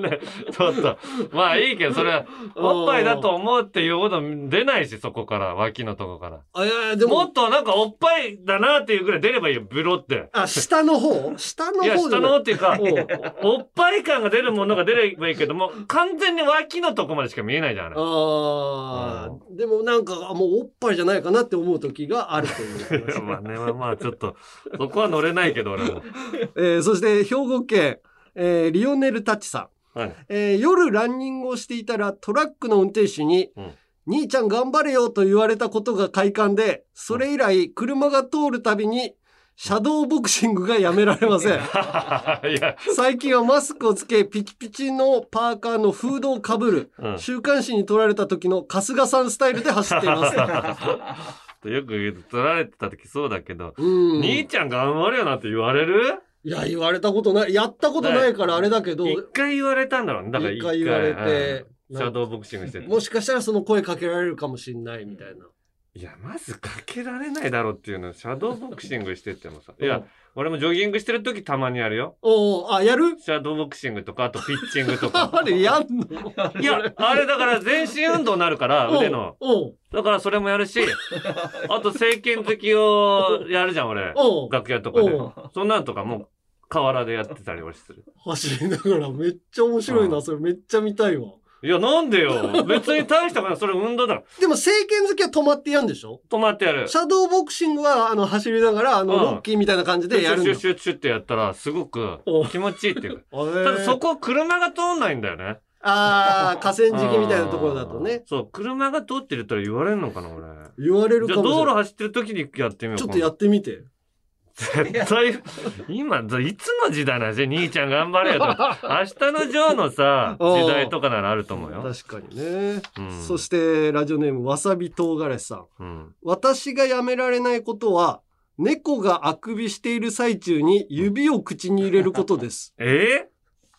A: ねちょっと、まあいいけど、それは、 おっぱいだと思うっていうほど出ないし、そこから、脇のとこから。
B: あ。いやいや、で
A: も
B: も
A: っ、となんかおっぱいだなっていうぐらい出ればいいよ、ブロって。
B: あ、下の方下の
A: いや、
B: 方じ
A: 下
B: ゃ
A: の
B: な
A: 方
B: い
A: っていうか
B: うん、
A: おっぱい感が出るものが出ればいいけども、完全に脇のとこまでしか見えないじゃん、あれ。
B: ああ、でもなんか、あもうおっぱいじゃないかなって思う時があるという。
A: いやまあね、まあまあ、ちょっと、そこは乗れないけど、俺も。
B: えーそして兵庫県、えーリオネル・タッチさん、
A: はい
B: えー夜ランニングをしていたらトラックの運転手に、
A: うん
B: 兄ちゃん頑張れよと言われたことが快感で、それ以来車が通るたびにシャドーボクシングがやめられませ ん。
A: いや、
B: 最近はマスクをつけ、ピチピチのパーカーのフードをかぶる、
A: うん
B: 週刊誌に撮られた時の春日さんスタイルで走って います。
A: よく言うと取られてた時そうだけど、
B: うん。
A: 兄
B: い
A: ちゃん頑張れよなんて言われる
B: や、言われたことない。やったことないからあれだけど、
A: 一回言われたんだろうね。だから
B: 一回言われて
A: うんシャドーボクシングしてて。
B: もしかしたらその声かけられるかもしんないみたいな。
A: いや、まずかけられないだろうっていうの、シャドーボクシングしてってもさ。いや、俺もジョギングしてる時たまにやるよ。
B: おおあ、やる
A: シャドーボクシングとか、あとピッチングとか。
B: あれ、やんの
A: いや、あれだから全身運動になるから、腕の。
B: おう
A: だからそれもやる し、あと正拳突きをやるじゃん、俺。
B: おう
A: 楽屋とかで
B: おう。
A: そんなんとかもう、河原でやってたり俺する。
B: 走りながらめっちゃ面白いうな。
A: ん
B: それめっちゃ見たいわ。
A: いや、なんでよ。別に大したことない。それ運動だから。
B: でも、聖剣好きは止まってやんでしょ
A: 止まってやる。
B: シャドーボクシングは、あの、走りながら、あの、
A: うん
B: ロッキーみたいな感じでやるん
A: シュッ。
B: だ
A: シュッシュッシュッってやったら、すごく
B: お
A: 気持ちいいっていうか。
B: あ
A: ただそ
B: ー
A: こ車が通んないんだよね。
B: あー、河川敷みたいなところだと
A: あー
B: ね。。
A: そう、車が通ってるったら言われるのかな、俺。
B: 言われる
A: じゃ
B: か
A: あ
B: もし
A: 道
B: れな
A: 路
B: い。
A: 走ってる時にやってみよう
B: ち
A: か
B: ょっ
A: な。
B: とやってみて。
A: 絶対、今、どいつの時代なんですよ。兄ちゃん頑張れよと。明日のジョーのさ、
B: おー
A: 時代とかならあると思うよ。
B: 確かにね。
A: うん
B: そして、ラジオネーム、わさび唐辛子さん。
A: うん。
B: 私がやめられないことは、猫があくびしている最中に指を口に入れることです。
A: え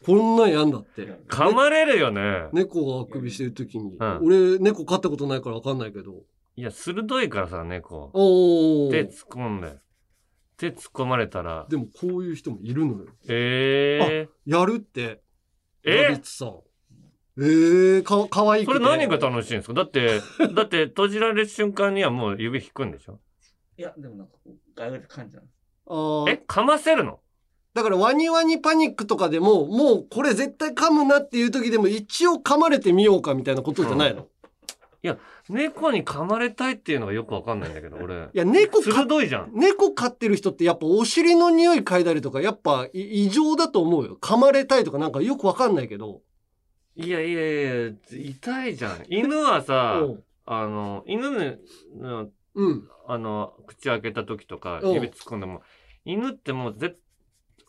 B: こんなんやんだって。
A: ー噛まれるよね。
B: 猫があくびしてる時に。
A: うん
B: 俺、猫飼ったことないからわかんないけど。
A: いや、鋭いからさ、猫。
B: お
A: 手
B: ー
A: 突っ込んで。手突っ込まれたら。
B: でもこういう人もいるのよ。
A: え
B: やるって。
A: ー、え
B: ラビッツさん。えー、か、かわいい。
A: それ何が楽しいんですかだっ て、だって閉じられる瞬間にはもう指引くんでしょ
J: いや、でもなんかこう、ガヤガヤ感じなんです。
B: あー
A: え、噛ませるの
B: だからワニワニパニックとかでも、もうこれ絶対噛むなっていう時でも一応噛まれてみようかみたいなことじゃないの。い
A: 猫に噛まれたいっていうのがよくわかんないんだけど、俺。
B: や、猫飼っ
A: 鋭いじゃん。
B: 猫飼ってる人ってやっぱお尻の匂い嗅いだりとかやっぱい異常だと思うよ。噛まれたいとかなんかよくわかんないけど。
A: いいやいやいや、痛いじゃん。犬はさ
B: お、
A: あの、犬の、
B: うん
A: あの、口開けた時とか、
B: おう
A: 指突っ込んでも、犬ってもう絶、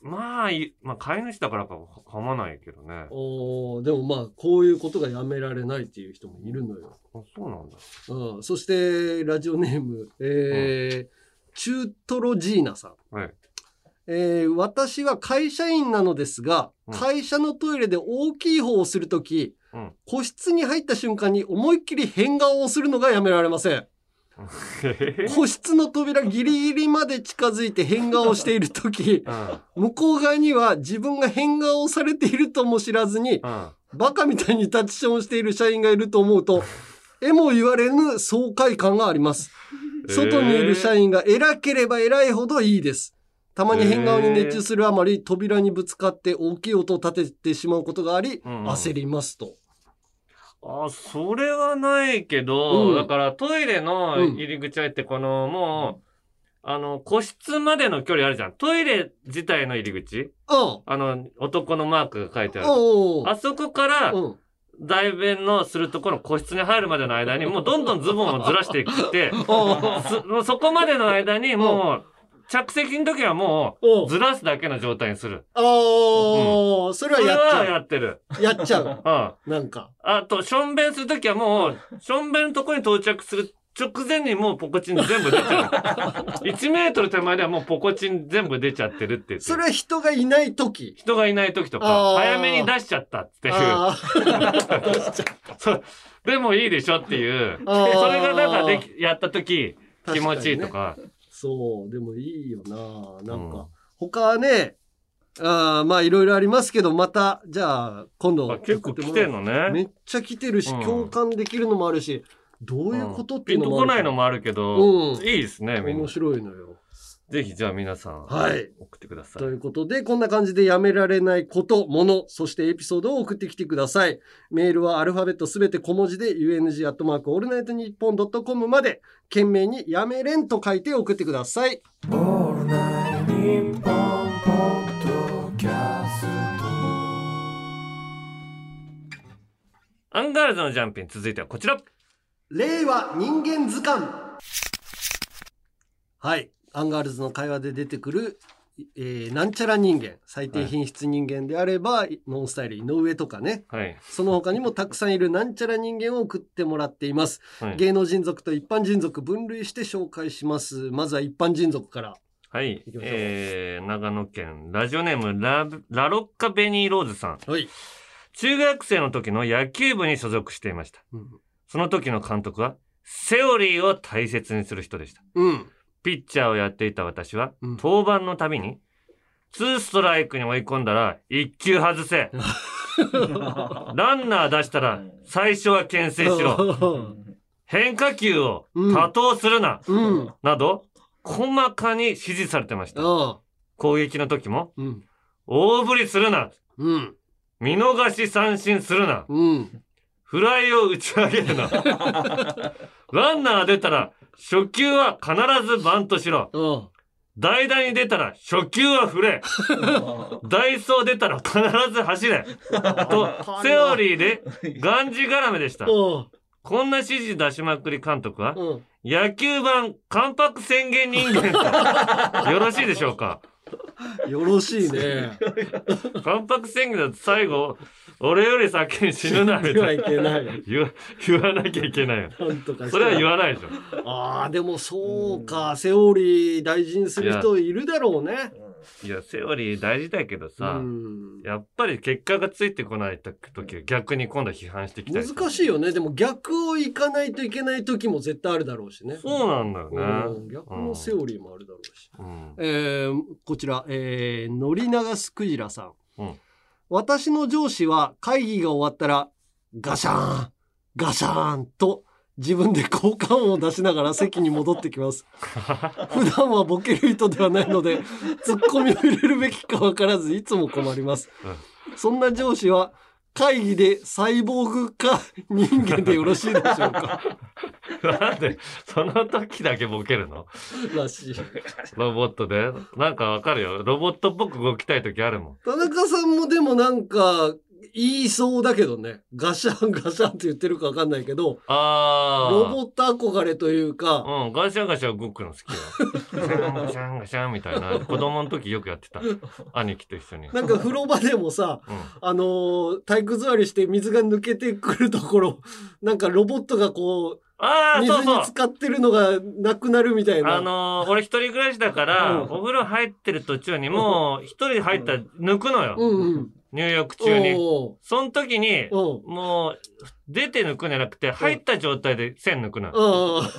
A: まあ、いまあ、飼い主だからか噛まないけどね。
B: おーでもまあこういうことがやめられないっていう人もいるのよ。
A: あそうなん だ。
B: うん、そしてラジオネーム、えーチュートロジーナさん。
A: はい。
B: えー私は会社員なのですが、
A: うん
B: 会社のトイレで大きい方をするとき、
A: うん。
B: 個室に入った瞬間に思いっきり変顔をするのがやめられません。個室の扉ギリギリまで近づいて変顔をしているとき、
A: うん。うん。
B: 向こう側には自分が変顔をされているとも知らずに、
A: あ
B: バカみたいにタッチションをしている社員がいると思 うと、えも言われぬ爽快感があります。 外にいる社員が偉ければ偉いほどいいです。たまに変顔に熱中するあまり、扉にぶつかって大きい音を立ててしまうことがあり、
A: うんうん
B: 焦りますと。
A: ー、それはないけど、
B: うん
A: だからトイレの
B: うん
A: 入り口入って、この、もう、あの、個室までの距離あるじゃん。トイレ自体の入り口
B: あ
A: あの、男のマークが書いてあ
B: あ、
A: る。
B: おうおう
A: あそこから
B: う、ん。
A: 代弁のするところの個室に入るまでの間に、もうどんどんズボンをずらしていく って、そもうそこまでの間にもう、着席の時はも
B: お
A: う、
B: う
A: ずらすだけの状態にする。
B: ああ、それ
A: そ
B: は
A: れ
B: やっち
A: は
B: ゃ
A: やってる。
B: う。やっちゃう。
A: うん。
B: なん か。
A: あと、しょんべんするときはもう、しょんべんのとこに到着する直前にもうポコチン全部出ちゃう。1メートル手前ではもうポコチン全部出ちゃってるって言って
B: そ
A: る
B: れは人がいな い時。
A: 人がいないときと
B: あ
A: か、
B: ー
A: 早めに出しちゃったっていう。
B: あ
A: そうでもいいでしょっていう。そ
B: あー
A: れがなんかでき、やったとき、気持ちいいとか。
B: あ、そう、でもいいよな。なん
A: うん
B: か、他はね、ああまあいろいろありますけど、また、じゃあ、今度
A: あ結構来てんの
B: め
A: ね。
B: っちゃ来てるし、
A: うん
B: 共感できるのもあるし、どういうことっていうの
A: ピン
B: も
A: とこ
B: ある
A: な
B: か
A: い
B: ら
A: のもあるけど、
B: うん
A: いいですね、みんな
B: 面。白いのよ。
A: ぜひじゃあ皆さん、
B: はい
A: 送ってください
B: と。いうことで、こんな感じでやめられないこと、もの、そしてエピソードを送ってきてください。メールはアルファベットすべて小文字で、UNG アットマークオールナイトニッポンドットコムまで、懸命にやめれんと書いて送ってください。
A: アンガールズのジャンピン、続いてはこちら。
B: 令和人間図鑑はいアンガールズの会話で出てくる、えーなんちゃら人間最低品質人間であれば、ノンスタイル井上とかね
A: はい。
B: その他にもたくさんいるなんちゃら人間を送ってもらっています、
A: はい。
B: 芸能人族と一般人族分類して紹介しますまずは一般人族から
A: はい
B: 行きましょう
A: えー、長野県、ラジオネーム、ラブ、ラロッカベニーローズさん。
B: はい、
A: 中学生の時の野球部に所属していました。
B: うん
A: その時の監督は、セオリーを大切にする人でした。
B: うん、
A: ピッチャーをやっていた私は、
B: うん
A: 登板のたびに、ツーストライクに追い込んだら、一球外せ。ランナー出したら、最初は牽制しろ。変化球を多投するな。
B: うんあ
A: など、細かに指示されてました。
B: あ
A: 攻撃の時も、
B: うん
A: 大振りするな。
B: うん
A: 見逃し三振するな。
B: うん
A: フライを打ち上げる な。ランナー出たら、初球は必ずバントしろ。
B: あ
A: 代打に出たら初球は振れ。ダイソー出たら必ず走れ。 と、セオリーでがんじがらめでした
B: あ。あ
A: こんな指示出しまくり監督は
B: あ、うん
A: 野球版関白宣言人間 さん。よろしいでしょうか
B: よろしいね
A: 関白宣言だと最後、俺より先に死ぬな、み
B: では
A: たい
B: い
A: な。
B: けない
A: 言わ、言わなきゃいけないよ。
B: なんとかして
A: それは言わないでしょ。
B: ああ、でもそうか、セオリー大事にする人いるだろうね。
A: いや、セオリー大事だけど
B: う
A: さ、
B: ん
A: やっぱり結果がついてこない時は逆に今度は批判してきたりする
B: 難しいよね。でも逆を行かないといけない時も絶対あるだろうしね。
A: そうなんだよ
B: うん
A: ね。
B: 逆のセオリーもあるだろうし。
A: うん。
B: えーこちら、えー、のりながすくじらさん,、
A: うん
B: 私の上司は会議が終わったら、ガシャーン、ガシャーンと、自分で効果音を出しながら席に戻って きます。普段はボケる人ではないので、ツッコミを入れるべきかわからず、いつも困ります。そんな上司は、会議でサイボーグか人間でよろしいでしょうか
A: なんで、その時だけボケるの
B: らしい。
A: ロボットで。なんかわかるよ。ロボットっぽく動きたい時あるもん。
B: 田中さんもでもなんか言いそうだけどね。ガシャン ガシャンって言ってるかわかんないけど、
A: あ
B: ロボット憧れというか、
A: あ。うん、ガシャンガシャン動くの好き よ。ガシャンガシャンみたいな、子供の時よくやって た。兄貴と一緒に。
B: なんか風呂場でもさ、
A: うん
B: あのー体育座りして水が抜けてくるところ、 なんかロボットがこ
A: あ
B: う、
A: あ、
B: 水
A: そう
B: に
A: そう。
B: 浸かってるのがなくなるみたいな。
A: あのー俺一人暮らしだから、
B: うん
A: お風呂入ってる途中にもう、一人入ったら抜くのよ。
B: うんうん。
A: 入浴中に。
B: お
A: その時に
B: ー、うん。
A: もう、出て抜くんじゃなくて、入った状態で線抜くのよ。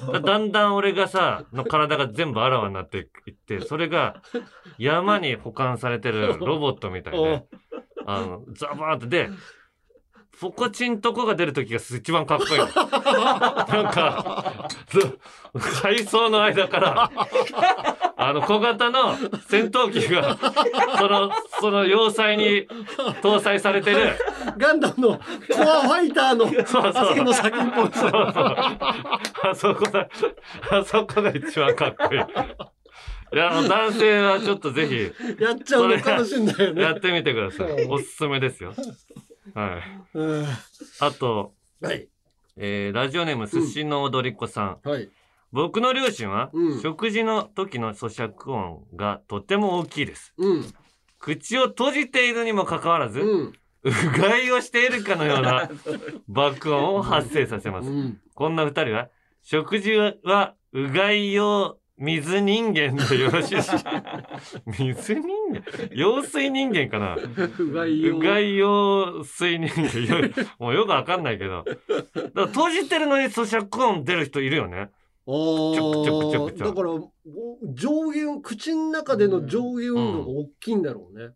B: ああ、
A: だだんだん俺がさ、の体が全部あらわになっていって、それが山に保管されてるロボットみたいで、あの、ザバーってで、ポコチンとこが出るときが一番かっこいいの。なんか、ず海藻の間から、あの小型の戦闘機が、その、その要塞に搭載されてる、
B: ガンダムのコアファイターの
A: そうそう
B: 汗の先っぽ。
A: そうそう。あそこだ、あそこが一番かっこいい。いや、あの、男性はちょっとぜひ、
B: やっちゃうのかもしれないよ
A: や
B: ね
A: っ。てみてくださ い。おすすめですよ。はい。
B: うん
A: あと、
B: はい。
A: えーラジオネーム、寿司の踊り子さん。
B: はい。
A: 僕の両親は、
B: うん
A: 食事の時の咀嚼音がとても大きいです。
B: うん。
A: 口を閉じているにもかかわらず、う
B: うん。
A: がいをしているかのような爆音を発生させます
B: う。ん。
A: こんな二人は、食事は、うがい用水人間でよろしいし、水人間用水人間かな
B: うがいよ。
A: うがい用水人間よもうよくわかんないけど。だから閉じてるのに咀嚼音出る人いるよね。
B: あ
A: ちょくちょくちょ
B: ー
A: くちょ
B: だからお上限口の中での上限運動が大きいんだろうね。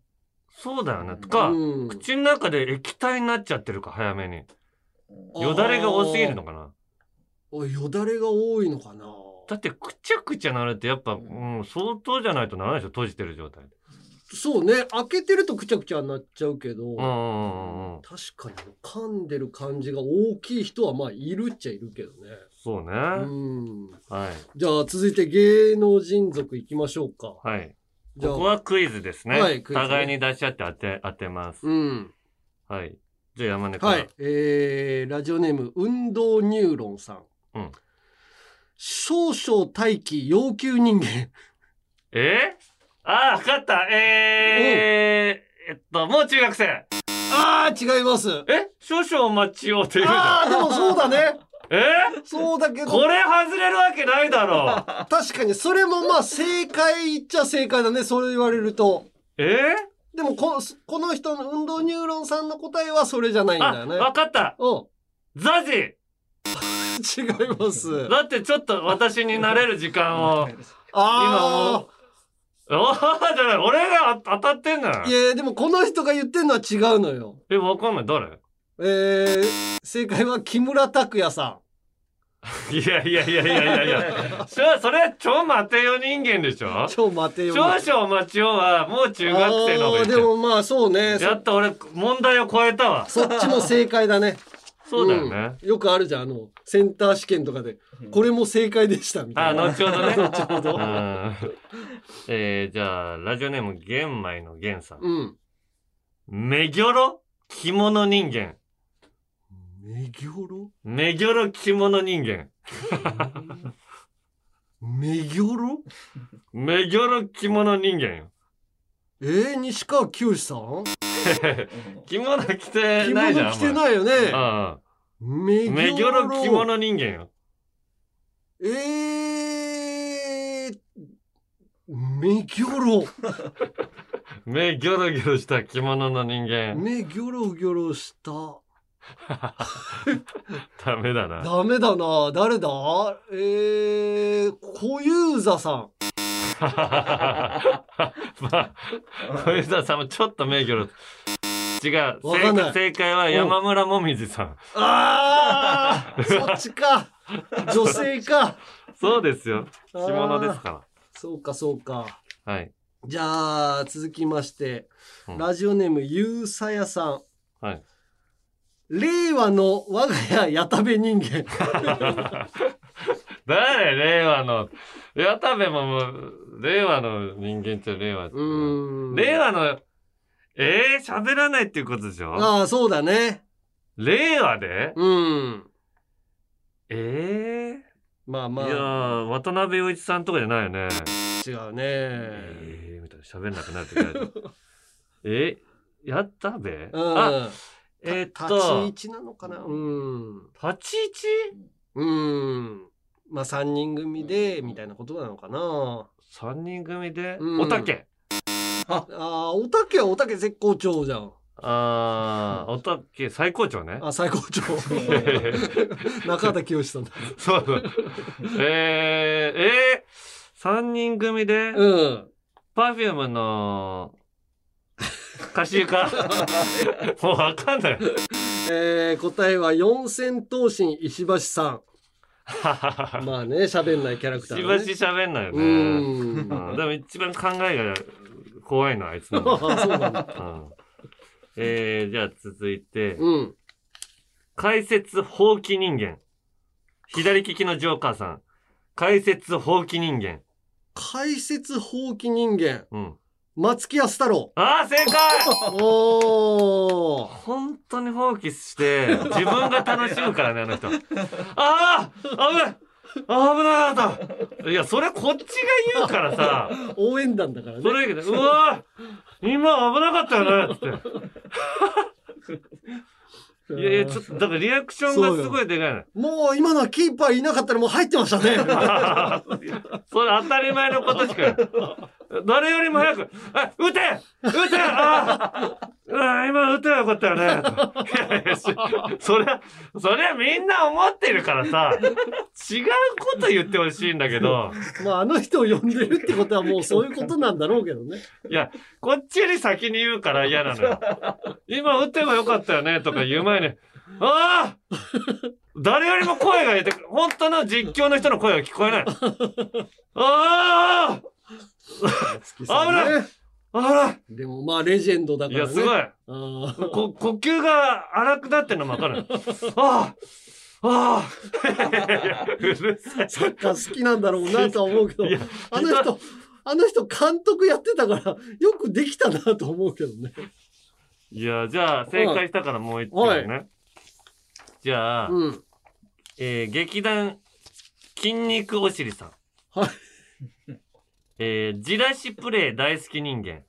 A: そうだよね。と
B: う
A: か、
B: ん
A: 口の中で液体になっちゃってるか、早めに。よだれが多すぎるのかな
B: あよだれが多いのかな。
A: だって、くちゃくちゃなるって、やっぱ、うん、相当じゃないとならないでしょ、閉じてる状態で。
B: そうね開けてるとくちゃくちゃになっちゃうけど、
A: うんうんうんうん。
B: 確かに噛んでる感じが大きい人はまあいるっちゃいるけどね。
A: そうね。
B: うん、
A: はい。
B: じゃあ続いて芸能人族いきましょうか。
A: はい。
B: じゃあ
A: ここはクイズですね。
B: はいクイズね
A: 互いに出し合って当て、当てます。
B: うん、
A: はい。じゃあ山根から。
B: はい、えーラジオネーム運動ニューロンさん。
A: うん
B: 少々待機要求 人間。
A: えー、ああ、わかった。えー、えっと、もう中学生。
B: ああ違います。
A: え少々お待ちをって言うじゃ
B: ああ
A: ん。
B: でもそう だね。
A: え
B: そうだけ
A: ー、こ
B: ど
A: れ外れるわけないだ ろう。
B: 確かにそれもまあ正解っちゃ正解だねそれ言われると。
A: え
B: でもここの人の運動ニューロンさんの答えはそれじゃないん
A: ー、
B: だよ
A: あ、
B: ね。
A: わかった。
B: うん
A: ザジ
B: 違います。
A: だってちょっと私に慣れる時間を。
B: あ
A: おーじゃない、俺があ当たってんの
B: あ。い
A: よ。
B: やでもこの人が言ってるのは違うのよ。
A: え、わかんない。誰
B: えー、正解は木村拓哉さ
A: いやいやいやいやいやいや。それそれ、超待てよ人間でしょ
B: ん。超待てよ。
A: 少々お待ちをは、もう中学生の方が
B: あ
A: 言っ
B: ー
A: て
B: で
A: る
B: もまあそうね。
A: や
B: そ
A: っと俺、問題を超えたわ。
B: そっちも正解だね。
A: そうだよね。
B: うんよくあるじゃん。あの、センター試験とかで、これも正解でしたみた
A: あ、
B: いな。
A: 後ほ どね。後ほど。えー、じゃあ、ラジオネーム、玄米の玄さん。
B: うん。
A: めぎょろ着物人間。
B: めぎょろ
A: めぎょろ着物人間。
B: めぎょろ
A: めぎょろ着物人間よ。
B: えー、西川きよしさん
A: 着物着て
B: 着
A: ないじゃん。
B: 物着て
A: い。
B: ないよね。
A: ああ。
B: め
A: めぎょろ着物人間よ。
B: えー、メギョロ。
A: 目ギョロギョロした着物の人間。
B: 目ギョロギョロした。
A: ダメだな。
B: ダメだな。誰だえー、小遊三さ
A: まあ、小遊三さんもちょっと名魚違う。
B: わかんない
A: 正正解は山村もみじさん。
B: ん。あー、そっち か。女性か。
A: そうですよ。
B: あー
A: 着物ですか
B: そうか、そうか。
A: ら。はい。
B: じゃあ、続きまして、
A: うん
B: ラジオネーム、ゆうさやさん。
A: はい。
B: 令和の我が家矢田部人間。
A: 誰令和の。矢田部ももう、令和の人間っちゃ令和ですけ
B: う
A: ど。
B: ーん。
A: 令和のえー、喋らないっていうことでしょ
B: ああ、そうだね。
A: 令和で
B: うん。
A: え
B: まあ
A: え
B: ま
A: ー、いや
B: あ、
A: ー、渡辺陽一さんとかじゃないよね。
B: 違う
A: え
B: ね。
A: ー、みたいな。喋んなくなる時ある。 えやったべ、
B: うん。
A: あ、
B: た
A: えーっ
B: 立ち位
A: と、
B: 置なのかなうん。
A: 立ち位置
B: うん。まあ、3人組で、みたいなことなのかな。
A: 三人組で、
B: うん
A: おたけ。
B: ああ、おたけはおたけ絶好調じゃん。
A: あー、おたけ最高潮ね。
B: あ、最高 調。中畑清さんだ。
A: そうそう。えー、えー、三人組で、
B: うん。
A: パフュームの、歌集 か。もうわかんない。
B: えー、答えは四千頭身石橋さ
A: し
B: ん。まあね、喋んないキャラクター、ね。
A: ばし喋んないよ
B: う
A: ね。
B: ん。
A: うんでも一番考えが怖いのはあいつなんだよ。
B: あ そうなんだ。
A: うんえー、じゃあ続いて、
B: うん。
A: 解説放棄人間。左利きのジョーカーさん。解説放棄人間。
B: 解説放棄人間、
A: うん。
B: 松木安 太郎。
A: ああ、正 解
B: おー。
A: 本当に放棄して、自分が楽しむからね、あの 人。ああ危ないあー危なかったいや、それこっちが言うからさ。
B: 応援団だから
A: そ
B: ね。
A: れ言うけど、うわ今危なかったよねつっ
B: うん
A: て。いやいや、ちょっと、だからリアクションがすごいでかいの。
B: もう今のはキーパーいなかったらもう入ってましたね。
A: それ当たり前のことしか。誰よりも早く、あ、撃て撃てああ今撃てばよかったよね。いやいやしそりゃ、そりゃみんな思ってるからさ、違うこと言ってほしいんだけど、
B: まああの人を呼んでるってことはもうそういうことなんだろうけどね。
A: いや、こっちより先に言うから嫌なの よ。今撃てばよかったよねとか言う前に、ああ誰よりも声が出てくる。本当の実況の人の声が聞こえない。ああ
B: 松木さん
A: 危
B: ね
A: なあら
B: でもまあレジェンドだ
A: い
B: から
A: や、
B: ね。
A: すごい。
B: あー
A: こ呼吸が荒くなってんのもわかる。ああああ うるさい。
B: サッカー好きなんだろうなとは思うけど
A: いや、
B: あの人、あの人監督やってたから、よくできたなと思うけどね。
A: いや、じゃあ、正解したからもう一回ね。じゃあ、
B: うん。
A: えー劇団、筋肉おしりさん。
B: はい。
A: えー、じらしプレイ大好き人間。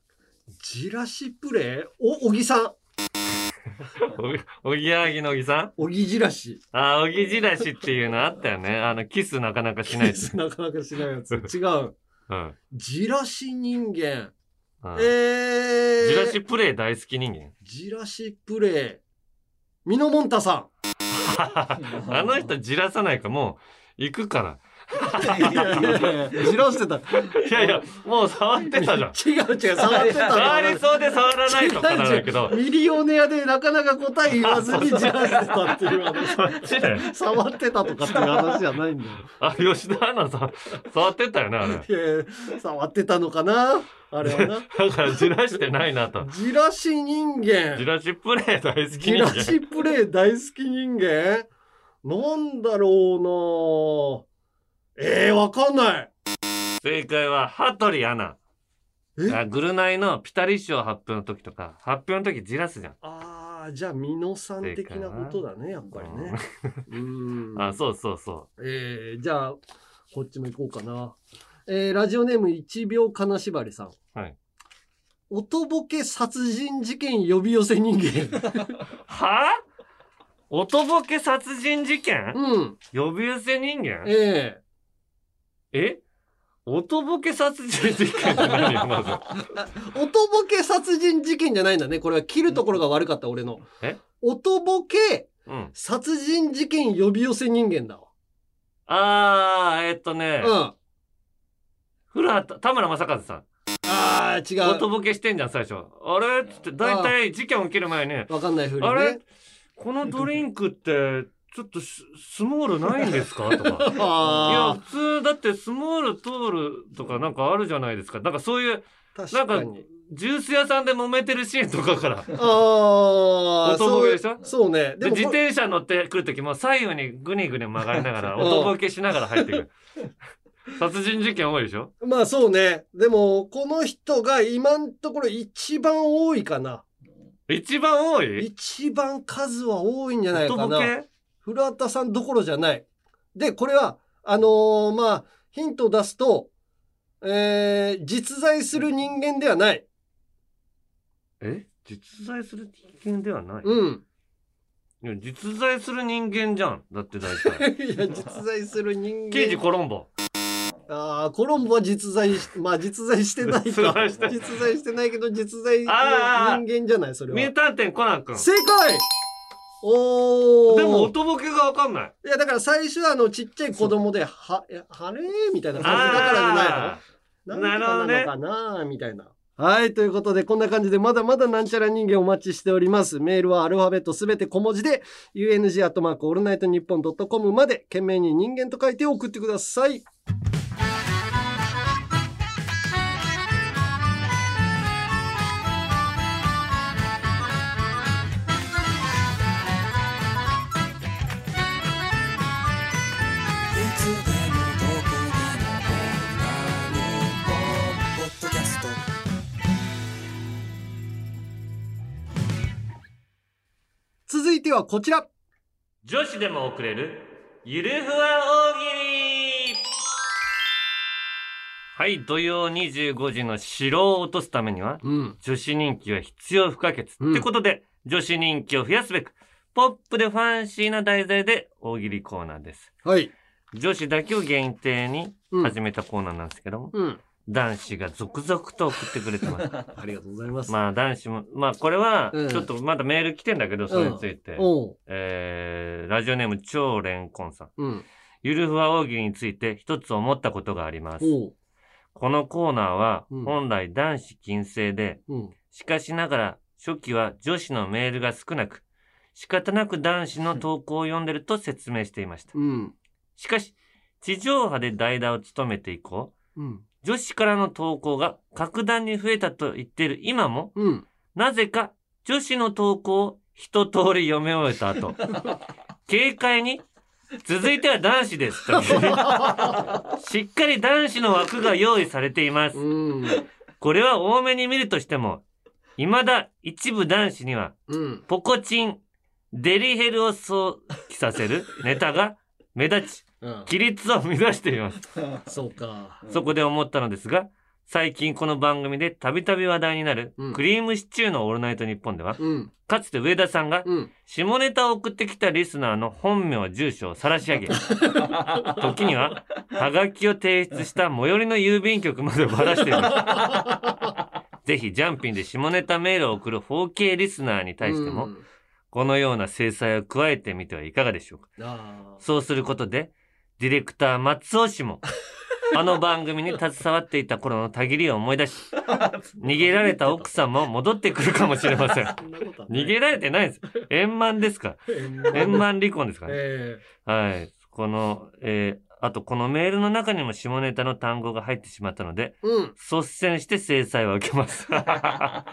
B: じらしプレーお、小木さん。
A: おおぎやはぎのおぎさん
B: 小木じらし。
A: あー、おぎじらしっていうのあったよね。あの、キスなかなかしないって。
B: なかなかしないやつ。違う。
A: うん。
B: じらし人間。
A: うん
B: えー。
A: じらしプレイ大好き人間。
B: じらしプレイ。ミノモン タさ
A: あの人じらさないからもう、行くから。
B: ん。いやいやいやじらしてた。
A: いやいや、もう触ってたじゃ ん。
B: 違う違う、触ってたの
A: 触りそうで触らないとかなんだけど。
B: ミリオネアでなかなか答え言わずにじらしてたっていう話。
A: そっちで。
B: 触ってたとかっていう話じゃないんだよ。
A: あ、吉田アナさん、触ってたよね、あれ。
B: いやいや触ってたのかなあれはな。
A: だから、じらしてないな と。
B: じらし人
A: じ
B: 間。
A: らしプレイ大好き
B: じ
A: 人
B: ら
A: 間。
B: しプレイ大好き人間なんだろうなえー、わかんない。
A: 正解は、羽鳥アナ。
B: え
A: あグルナイのピタリ賞発表の時とか、発表の時じらすじゃん。
B: あー、じゃあ、ミノさん的なことだね、やっぱりね。うん。
A: あ、そうそうそ
B: えー、じゃあ、こっちも行こうかな。えー、ラジオネーム一秒金縛りさん。
A: はい。
B: 音ボケ殺人事件呼び寄せ人 間。
A: う。はぁ音ボケ殺人事件
B: うん。
A: 呼び寄せ人間
B: え
A: え音ボケ殺人事件って何よ、 まず。
B: え音ボケ殺人事件じゃないんだね。これは切るところが悪かった、俺の。
A: え
B: 音ボケ
A: うん。
B: 殺人事件呼び寄せ人間だわ。
A: あー、えっとね、
B: うん。あ
A: 古畑、田村正和さん。
B: あー、違
A: 音
B: う。
A: ボケしてんじゃん、最初。あれっつって、だいたい事件起きる前に、
B: わかんないふり
A: あれ
B: ね。
A: このドリンクって、ちょっとススモールないんです かとか。いや、
B: あ
A: 普通、だってスモール通るとかなんかあるじゃないですか。なんかそういう、
B: あ、確
A: なん
B: か
A: か
B: に。、
A: ジュース屋さんで揉めてるシーンとかから。
B: ああ、
A: 音ボケでしょ
B: そうそうね。
A: で、
B: も
A: 自転車乗ってくるときも左右にぐにぐに曲がりながら、
B: うん
A: 音ボケしながら入ってくる。殺人事件多いでしょ
B: まあそうね。でも、この人が今のところ一番多いかな。
A: 一番多い
B: 一番数は多いんじゃない
A: と
B: か
A: ぼ
B: な。
A: け
B: 古畑さんどころじゃない。で、これは、あのーまあ、ヒントを出すと、えー、実在する人間ではない。
A: え実在する人間ではない、
B: うん。
A: いや実在する人間じゃん。だって大
B: い や
A: 体。、
B: 実在する人間。
A: 刑事コロンボ。
B: ああ、コロンボは実在し、まあ実在してないか。
A: 実在して
B: 実在してないけど、実在の
A: あー
B: 人間じゃない、それ
A: 名
B: は。
A: 探偵コナン君。
B: 正解おー。
A: でも、音ボケがわかんない。
B: いや、だから最初はあの、ちっちゃい子供で、は、えはれーみたいな感じだからじゃないの
A: あー
B: な
A: なんる
B: と
A: ほど
B: か
A: ね
B: なのかなみたいな。はい、ということで、こんな感じで、まだまだなんちゃら人間お待ちしております。メールはアルファベットすべて小文字で、UNG アットマークオールナイトニッポンドットコムまで、懸命に人間と書いて送ってください。続いてはこちら。
A: 女子でも送れる、ゆるふわ大喜利はい、土曜25時の城を落とすためには、
B: うん。
A: 女子人気は必要不可欠。
B: うん
A: ってことで、女子人気を増やすべく、ポップでファンシーな題材で大喜利コーナーです。
B: はい。
A: 女子だけを限定に
B: うん
A: 始めたコーナーなんですけども、
B: うん。
A: 男子が続々と送ってくれて ます。
B: ありがとうございます。
A: まあ男子も、まあこれは
B: うん、
A: ちょっとまだメール来てんだけど、それについて。
B: おう。
A: えー、ラジオネーム超レンコンさん。
B: うん。
A: ゆるふわ大喜利について一つ思ったことがあります。
B: おう。
A: このコーナーは
B: うん
A: 本来男子禁制で、
B: うん。
A: しかしながら初期は女子のメールが少なく、仕方なく男子の投稿を読んでると説明していました。
B: うん。
A: しかし、地上波で代打を務めて以降、
B: うん。
A: 女子からの投稿が格段に増えたと言っている今も、
B: うん。
A: なぜか女子の投稿を一通り読み終えた 後、軽快に、続いては男子です と。しっかり男子の枠が用意されています。
B: うん。
A: これは多めに見るとしても、未だ一部男子には、
B: うん。
A: ポコチン、デリヘルを想起させ るネタが目立ち、
B: うん。
A: 規律を目指しています。
B: そうか。
A: そこで思ったのですが、最近この番組でたびたび話題になる
B: うん、
A: クリームシチューのオールナイトニッポンでは、
B: うん。
A: かつて上田さんが、
B: うん。
A: 下ネタを送ってきたリスナーの本名、住所を晒し上げ、 時には、はがきを提出した最寄りの郵便局までばらしてい ます。ぜひ、ジャンピンで下ネタメールを送る方形リスナーに対しても、
B: うん
A: このような制裁を加えてみてはいかがでしょうか
B: あー
A: そうすることで、ディレクター松尾氏 も、あの番組に携わっていた頃のたぎりを思い出し、逃げられた奥さんも戻ってくるかもしれません。
B: そんなことはない
A: 逃げられてないです。円満ですか 円満離婚ですかね。
B: え
A: はい。この、えー、あとこのメールの中にも下ネタの単語が入ってしまったので、
B: えうん、
A: 率先して制裁を受けます。
B: 確か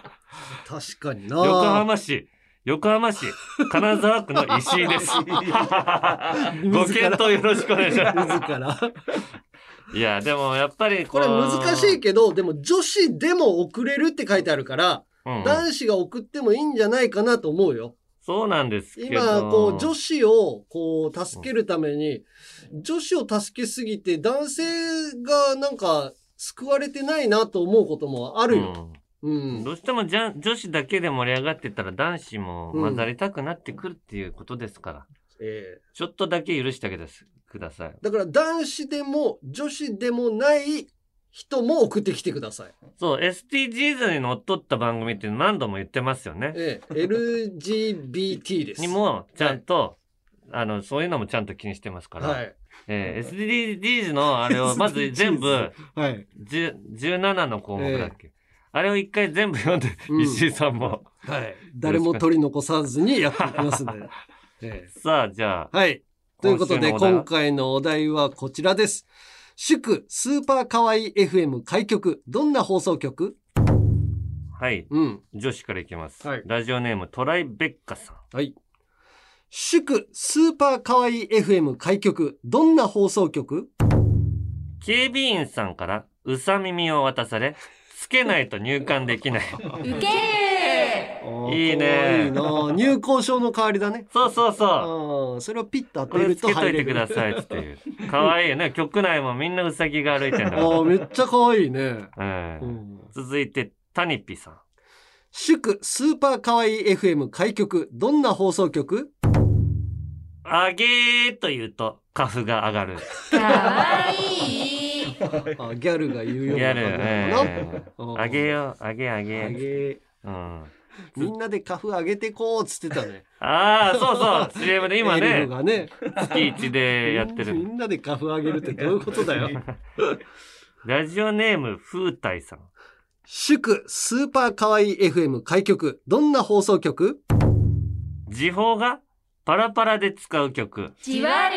B: にな。
A: 横浜市、横浜市、金沢区の石井 です。ご検討よろしくお願いします。
B: 自ら。
A: いや、でもやっぱり
B: これ難しい
A: け
B: けど、でも女子でも送れるって書いてあるから、
A: ど、うん
B: 男子が送ってもいいんじゃないかなと思うよ。
A: そうなんですけど。
B: 今、こう、女子を、こう、助けるために、女子を助けすぎて、男性がなんか、救われてないなと思うこともあるよ。う
A: うん
B: ん。
A: どうしてもじゃ女子だけで盛り上がってたら男子も混ざりたくなってくるっていうことですから、
B: ええ
A: ちょっとだけ許してあげてください。
B: だから、男子でも、女子でもない人も送ってきてください。
A: そう、SDGs にのっとった番組って何度も言ってますよね。
B: え え、LGBT です。
A: にも、ちゃんと、あの、そういうのもちゃんと気にしてますから、
B: はい。
A: えー SDGs のあれ をまず全部、
B: はい。
A: 10 17の項目だっけ、あれを一回全部読んで、
B: うん
A: 石井さんも。
B: はい。誰も取り残さずにやっていきますの で。え
A: さあ、じゃ
B: えはい。ということで、
A: 今週のお題は
B: 今回のお題はこちらです。祝、スーパーかわいい FM 開局。どんな放送局
A: あ、はい、
B: うん。
A: 女子からいきます、
B: はい
A: ラジオネーム、トライベッカさん。
B: はい。祝、スーパーかわいい FM 開局。どんな放送局
A: 警備員さんからうさ耳を渡され、つけないと入館でき ない。
F: ウケ
A: いいね
B: いいな入校証の代わりだね。
A: そうそうそう。
B: うん、それをピッと当
A: こ
B: て
A: れ
B: る
A: つ
B: と
A: けと
B: 入
A: い
B: れ
A: て
B: る
A: くだ さいっていう。かわいいよね。局内もみんなうさぎが歩いてんだか
B: ああ、めっちゃ可愛いね。
A: ら。
B: う
A: うん
B: ん、
A: 続いて、タニピさん。
B: 祝スーパー可愛い FM 開局。どんな放送局
A: あげーと言うと、カフが上がる。
F: ーかわいい
B: あギャルが言う
A: ギ
B: よう
A: ャ
B: な
A: ル、
B: 感じなの
A: え
B: か
A: ー
B: な。
A: あげよう、あげあ
B: うん。あ
A: げ。
B: げ。
A: うん。
B: みんなでカフ上げてこうっつってたね。
A: あ あ、そうそう、CM で今
B: エリ
A: ね
B: ル、がね。
A: 月1でやって
B: み
A: る。
B: んなでカフ上げるってどういうことだよ。
A: ラジオネーム、風太さん。
B: 祝スーパー可愛い FM 開局。どんな放送局
A: 時報がパラパラで使う曲。
F: じわる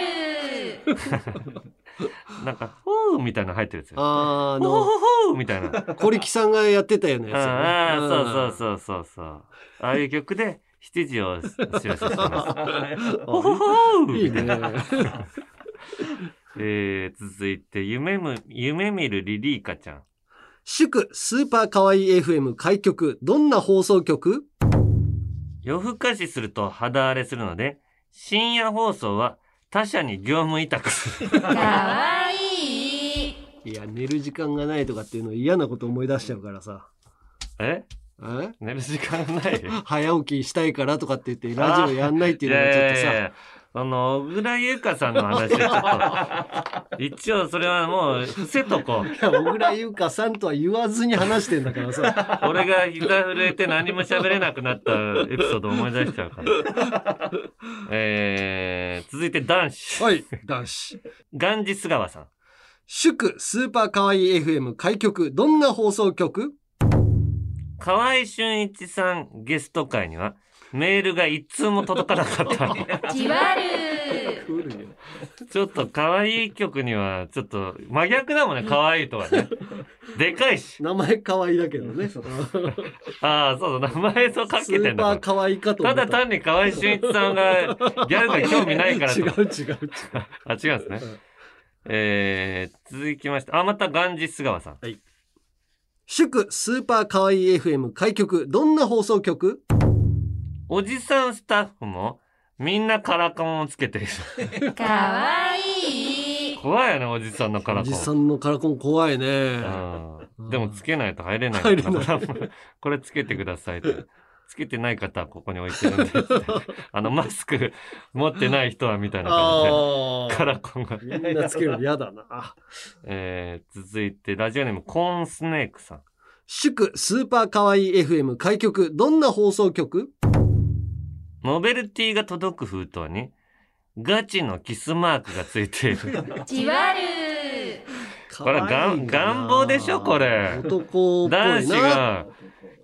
A: なんか、ふーみたいなの入ってるやつよ。
B: あーあ
A: ほほ
B: の、
A: ほーみたいな。
B: 小力さんがやってたよね。
A: ああ、そうそ
B: う。
A: うそうそうそう。ああいう曲で、7時を お知らせしてます。ほほ
B: あ
A: ほー
B: いい
A: みた
B: ね
A: い。な。えー、続いて、夢む、夢見るリリーカちゃん。
B: 祝スーパー可愛い FM 開局。どんな放送局
A: 夜更かしすると肌荒れするので、深夜放送は他社に業務委託 する。
F: かわいい
B: いや、寝る時間がないとかっていうの嫌なこと思い出しちゃうからさ。
A: え
B: え
A: 寝る時間 ない
B: 早起きしたいからとかって言ってラジオやんないっていうのがちょっとさ。
A: いやいやいやその、小倉優香さんの話はちょっ と、一応それはもう伏せとこう。
B: いや小倉優香さんとは言わずに話してんだから さ。
A: 俺が膝震えて何も喋れなくなったエピソード思い出しちゃうから。 えー、続いて男子。
B: はい、男子。
A: ガンジス川さん。
B: 祝スーパーかわいい FM 開局。どんな放送局
A: 河合俊一さんゲスト会には、メールが一通も届かなか った。
F: じわる
A: ちょっと可愛い曲には、ちょっと真逆だもんね、可愛いとはね。でかいし。
B: 名前かわいいだけどね。ス
A: ああ、そうそう、名前とかけて
B: ー
A: んだか
B: パ
A: ら
B: ー。かわいいかと思
A: た
B: った。
A: だ単に河合俊一さんがギャルが興味ないからと
B: 違う違う違う。
A: あ、違うんですね。えー、続きまして、あ、またガンジス川さん。
B: 祝スーパーかわいい FM 開局。どんな放送局
A: おじさんスタッフも、みんなカラコンをつけている。
F: かわいい
A: 怖いよね、おじさんのカ
B: お
A: ラコ
B: じ
A: ン。
B: さんのカラコン怖いね。
A: うんでもつけないと入れない
B: 入れない
A: だから これつけてくださいって。つけてない方はここに置いてるんで って。あの、マスク持ってない人はみたいな感
B: あ
A: じで。カ
B: あ。
A: ラコンが。
B: みんなつけるの嫌だな。
A: えー、続いて、ラジオネーム、コーンスネークさん。
B: 祝スーパーかわいい FM 開局。どんな放送局
A: ノベルティが届く封筒に、ガチのキスマークがついてい る。
F: じわる
A: これがん願望でしょこれ
B: 男っぽいな。
A: 男子が、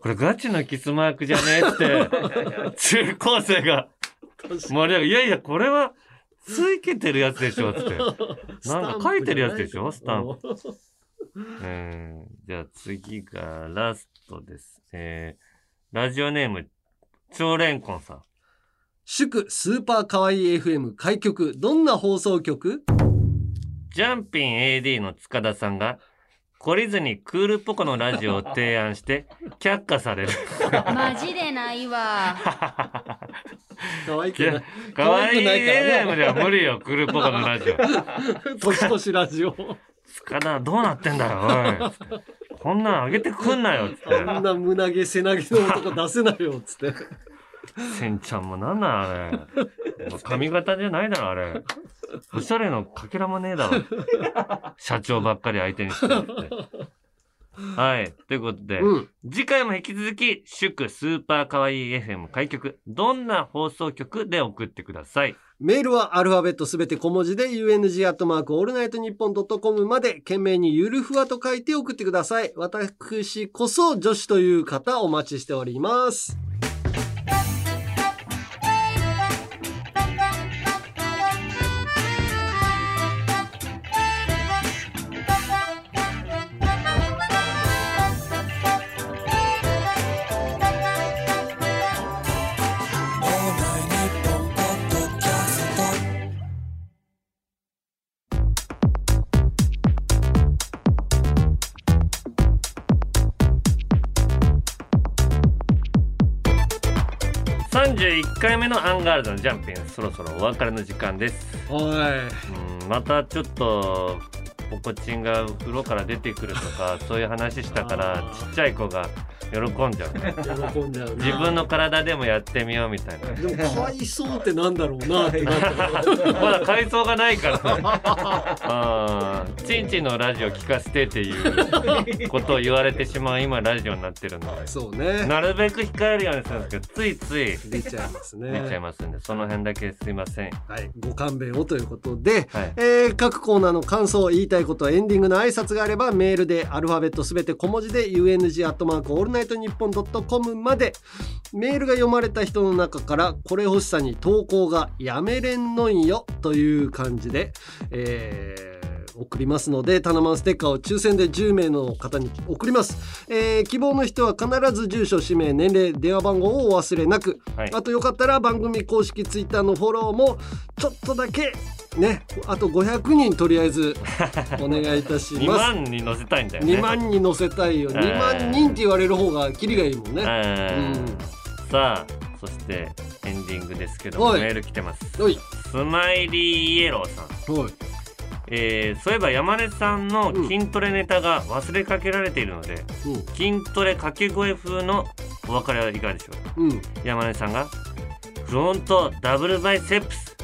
A: これガチのキスマークじゃねえって、 中高生が盛り上がる。いやいや、これは、ついけてるやつでしょつって。なんか書いてるやつでしょスタン
B: プ。
A: えーじゃあ次がラストです。えーラジオネーム、超レンコンさん。
B: 祝スーパーかわいい FM 開局。どんな放送局
A: ジャンピン AD の塚田さんが、懲りずにクールポコのラジオを提案 して、却下される。
F: マジでないわ
B: 可愛
A: い
B: くな
A: や
B: い。、
A: かわいい
B: 可愛くないからね
A: AM では無理よ、クールポコのラジオ。
B: 年越しラジオ。こ
A: 塚田、どうなってんだよ、おい。こんなん上げてくんなよ、つって。
B: んな胸毛、背投げの男出せないよ、つって。
A: せんちゃんもなんなんあれ。もう髪型じゃないだろ、あれ。おしゃれのかけらもねえだ ろ。社長ばっかり相手にしてって。はい。ということで、
B: うん。
A: 次回も引き続き、祝スーパーかわいい FM 開局、どんな放送局で送ってください。
B: メールはアルファベットすべて小文字で UNG アットマークオールナイトニッポンドットコムまで懸命にゆるふわと書いて送ってください。私こそ女子という方お待ちしております。
A: 41回目のアンガールズのジャンピングそろそろお別れの時間です
B: は
A: うんまたちょっとおこちんが風呂から出てくるとかそういう話したからちっちゃい子が喜んじゃうね
B: い喜んじゃうな
A: 自分の体でもやってみようみたいな
B: でもかわいそうってなんだろうなってなってる
A: まだ回想がないからねうんちんちんのラジオ聞かせてっていうことを言われてしまう今ラジオになってるので
B: そうね
A: なるべく控えるようにするんですけどついつい
B: 出ちゃいますね
A: 出ちゃいますんでその辺だけすいません
B: はい、ご勘弁をということで、
A: はい
B: えー各コーナーの感想言いたいことエンディングの挨拶があればメールでアルファベットすべて小文字で UNG アットマークオールナイトニッポンドットコムまでメールが読まれた人の中からこれ欲しさに投稿がやめれんのんよという感じで、えー送りますのでタナマンステッカーを抽選で10名の方に送ります、えー希望の人は必ず住所氏名年齢電話番号をお忘れなく
A: はい
B: あとよかったら番組公式ツイッターのフォローもちょっとだけねあと500人とりあえずお願いいた し
A: 2
B: ます
A: 万に乗せたいんだよね
B: 2万人乗せたいよ
A: はい
B: 2万人って言われる方がキリがいいもんね
A: うんさあそしてエンディングですけども
B: はい
A: メール来てます
B: おい
A: スマイリーイエローさん、
B: おい
A: えーそういえば山根さんの筋トレネタが忘れかけられているので、筋トレ掛け声風のお別れはいかがでしょうか
B: うんうん
A: 山根さんが「フロントダブルバイセップス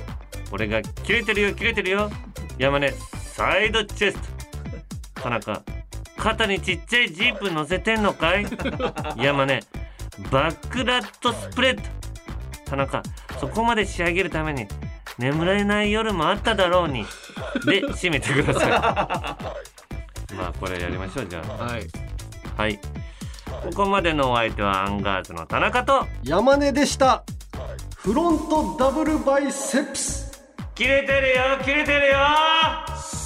A: 俺が切れてるよ切れてるよ山根サイドチェスト田中肩にちっちゃいジープ乗せてんのかい山根バックラットスプレッド田中そこまで仕上げるために眠れない夜もあっただろうにで締めてくださいまあこれやりましょうじゃ
B: はい
A: あはいここまでのお相手はアンガールズの田中と
B: 山根でしたフロントダブルバイセップス
A: 切れてるよ切れてるよ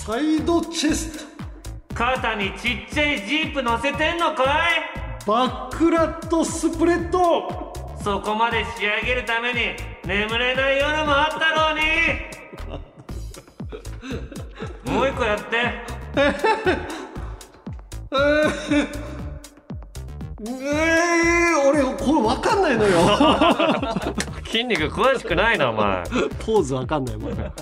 B: サイドチェス
A: 肩にちっちゃいジープ乗せてんのかい
B: トバックラットスプレッド
A: そこまで仕上げるために眠れない夜もあった ろうにもう一個やって
B: えー、俺これわかんないのよ
A: 筋肉詳しくないなお前
B: ポーズわかんないもん